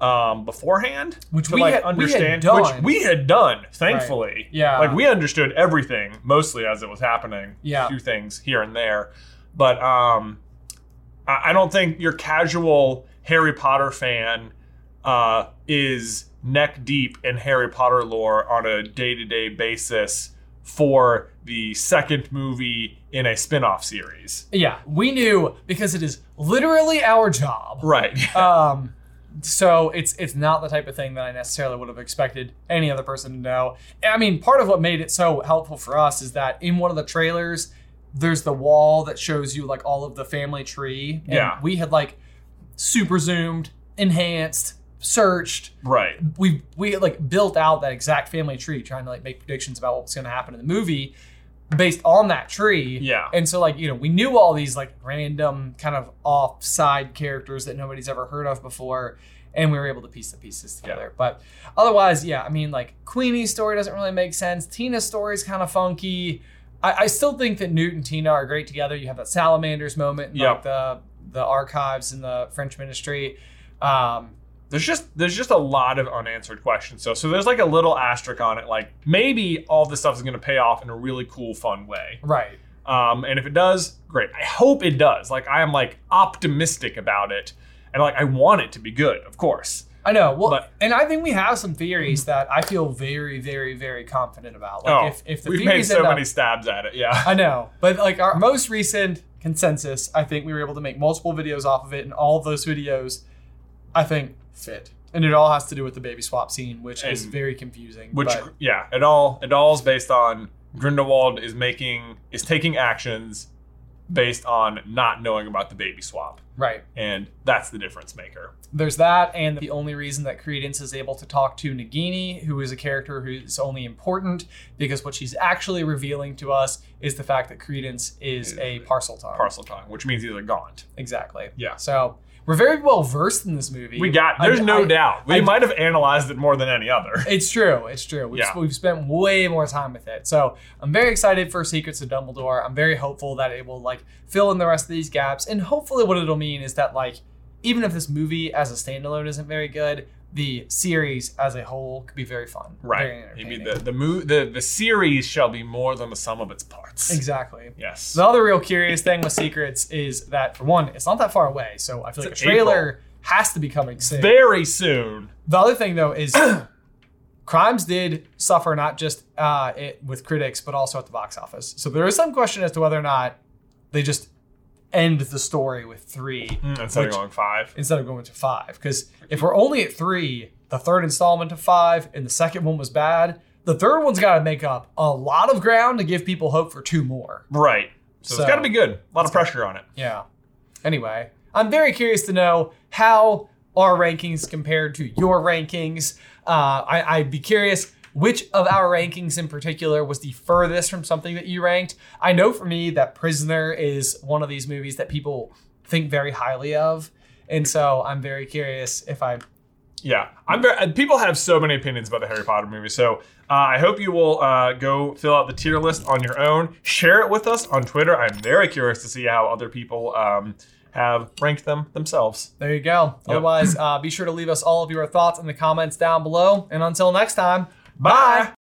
B: um beforehand
A: Which
B: to
A: we
B: like
A: had- we had
B: understand
A: done.
B: which we had done thankfully
A: Yeah.
B: like we understood everything mostly as it was happening
A: Um, Yeah.
B: a few things here and there but um I I don't think your casual Harry Potter fan uh, is neck deep in Harry Potter lore on a day to day basis for the second movie in a spin off series.
A: yeah, we knew because it is literally our job.
B: Right.
A: Um, so it's it's not the type of thing that I necessarily would have expected any other person to know. I mean, part of what made it so helpful for us is that in one of the trailers, there's the wall that shows you like all of the family tree. And
B: Yeah.
A: we had like super zoomed, enhanced, searched.
B: right.
A: We we had, like built out that exact family tree, trying to like make predictions about what was going to happen in the movie based on that tree.
B: Yeah.
A: And so like, you know, we knew all these like random kind of offside characters that nobody's ever heard of before. And we were able to piece the pieces together. But otherwise, yeah, I mean, like Queenie's story doesn't really make sense. Tina's story is kind of funky. I, I still think that Newt and Tina are great together. You have that salamanders moment in
B: Yeah.
A: like the the archives in the French ministry. Um,
B: There's just there's just a lot of unanswered questions. So so there's like a little asterisk on it. Like maybe all this stuff is going to pay off in a really cool, fun way.
A: right.
B: Um, and if it does, great. I hope it does. Like I am like optimistic about it, and like I want it to be good, of course.
A: I know. Well,
B: But-
A: and I think we have some theories that I feel very, very, very confident about. Like
B: oh,
A: if, if the
B: we've made
A: theories
B: so
A: end up-
B: many stabs at it, yeah.
A: I know, but like our most recent consensus, I think we were able to make multiple videos off of it, and all of those videos, I think, fit. And it all has to do with the baby swap scene, which is
B: And-
A: very confusing.
B: Which
A: but-
B: yeah, it all it all is based on Grindelwald is making is taking actions based on not knowing about the baby swap,
A: right.
B: and that's the difference maker.
A: There's that, and the only reason that Credence is able to talk to Nagini, who is a character who's only important because what she's actually revealing to us is the fact that Credence is a parcel tongue.
B: Parcel tongue, which means he's a gaunt.
A: Exactly.
B: Yeah.
A: So we're very well versed in this movie.
B: We got
A: I-
B: there's no
A: I-
B: doubt. We
A: I-
B: might have analyzed it more than any other.
A: It's true. It's true. We've,
B: Yeah.
A: we've spent way more time with it. So I'm very excited for Secrets of Dumbledore. I'm very hopeful that it will like fill in the rest of these gaps. And hopefully what it'll mean is that like even if this movie as a standalone isn't very good, the series as a whole could be very fun. Very
B: Right. You
A: entertaining.
B: mean the the, mo- the the series shall be more than the sum of its parts.
A: Exactly.
B: Yes.
A: The other real curious thing with Secrets is that for one, it's not that far away. So I feel like a
B: It's
A: trailer has to be coming soon.
B: very soon.
A: The other thing, though, is Crimes did suffer not just uh, it, with critics, but also at the box office. So there is some question as to whether or not they just end the story with three
B: Mm, That's how
A: Which-
B: long five.
A: instead of going to five. Because if we're only at three, the third installment of five, and the second one was bad, the third one's got to make up a lot of ground to give people hope for two more.
B: Right. So,
A: So-
B: it's got to be good. A lot of pressure on it.
A: Yeah. Anyway, I'm very curious to know how our rankings compared to your rankings. Uh, I, I'd be curious which of our rankings in particular was the furthest from something that you ranked. I know for me that Prisoner is one of these movies that people think very highly of. And so I'm very curious if I.
B: Yeah, I'm very. uh, People have so many opinions about the Harry Potter movie, so uh, I hope you will uh, go fill out the tier list on your own. Share it with us on Twitter. I'm very curious to see how other people um, have ranked them themselves.
A: There you go. Otherwise, uh, be sure to leave us all of your thoughts in the comments down below. And until next time,
B: Bye.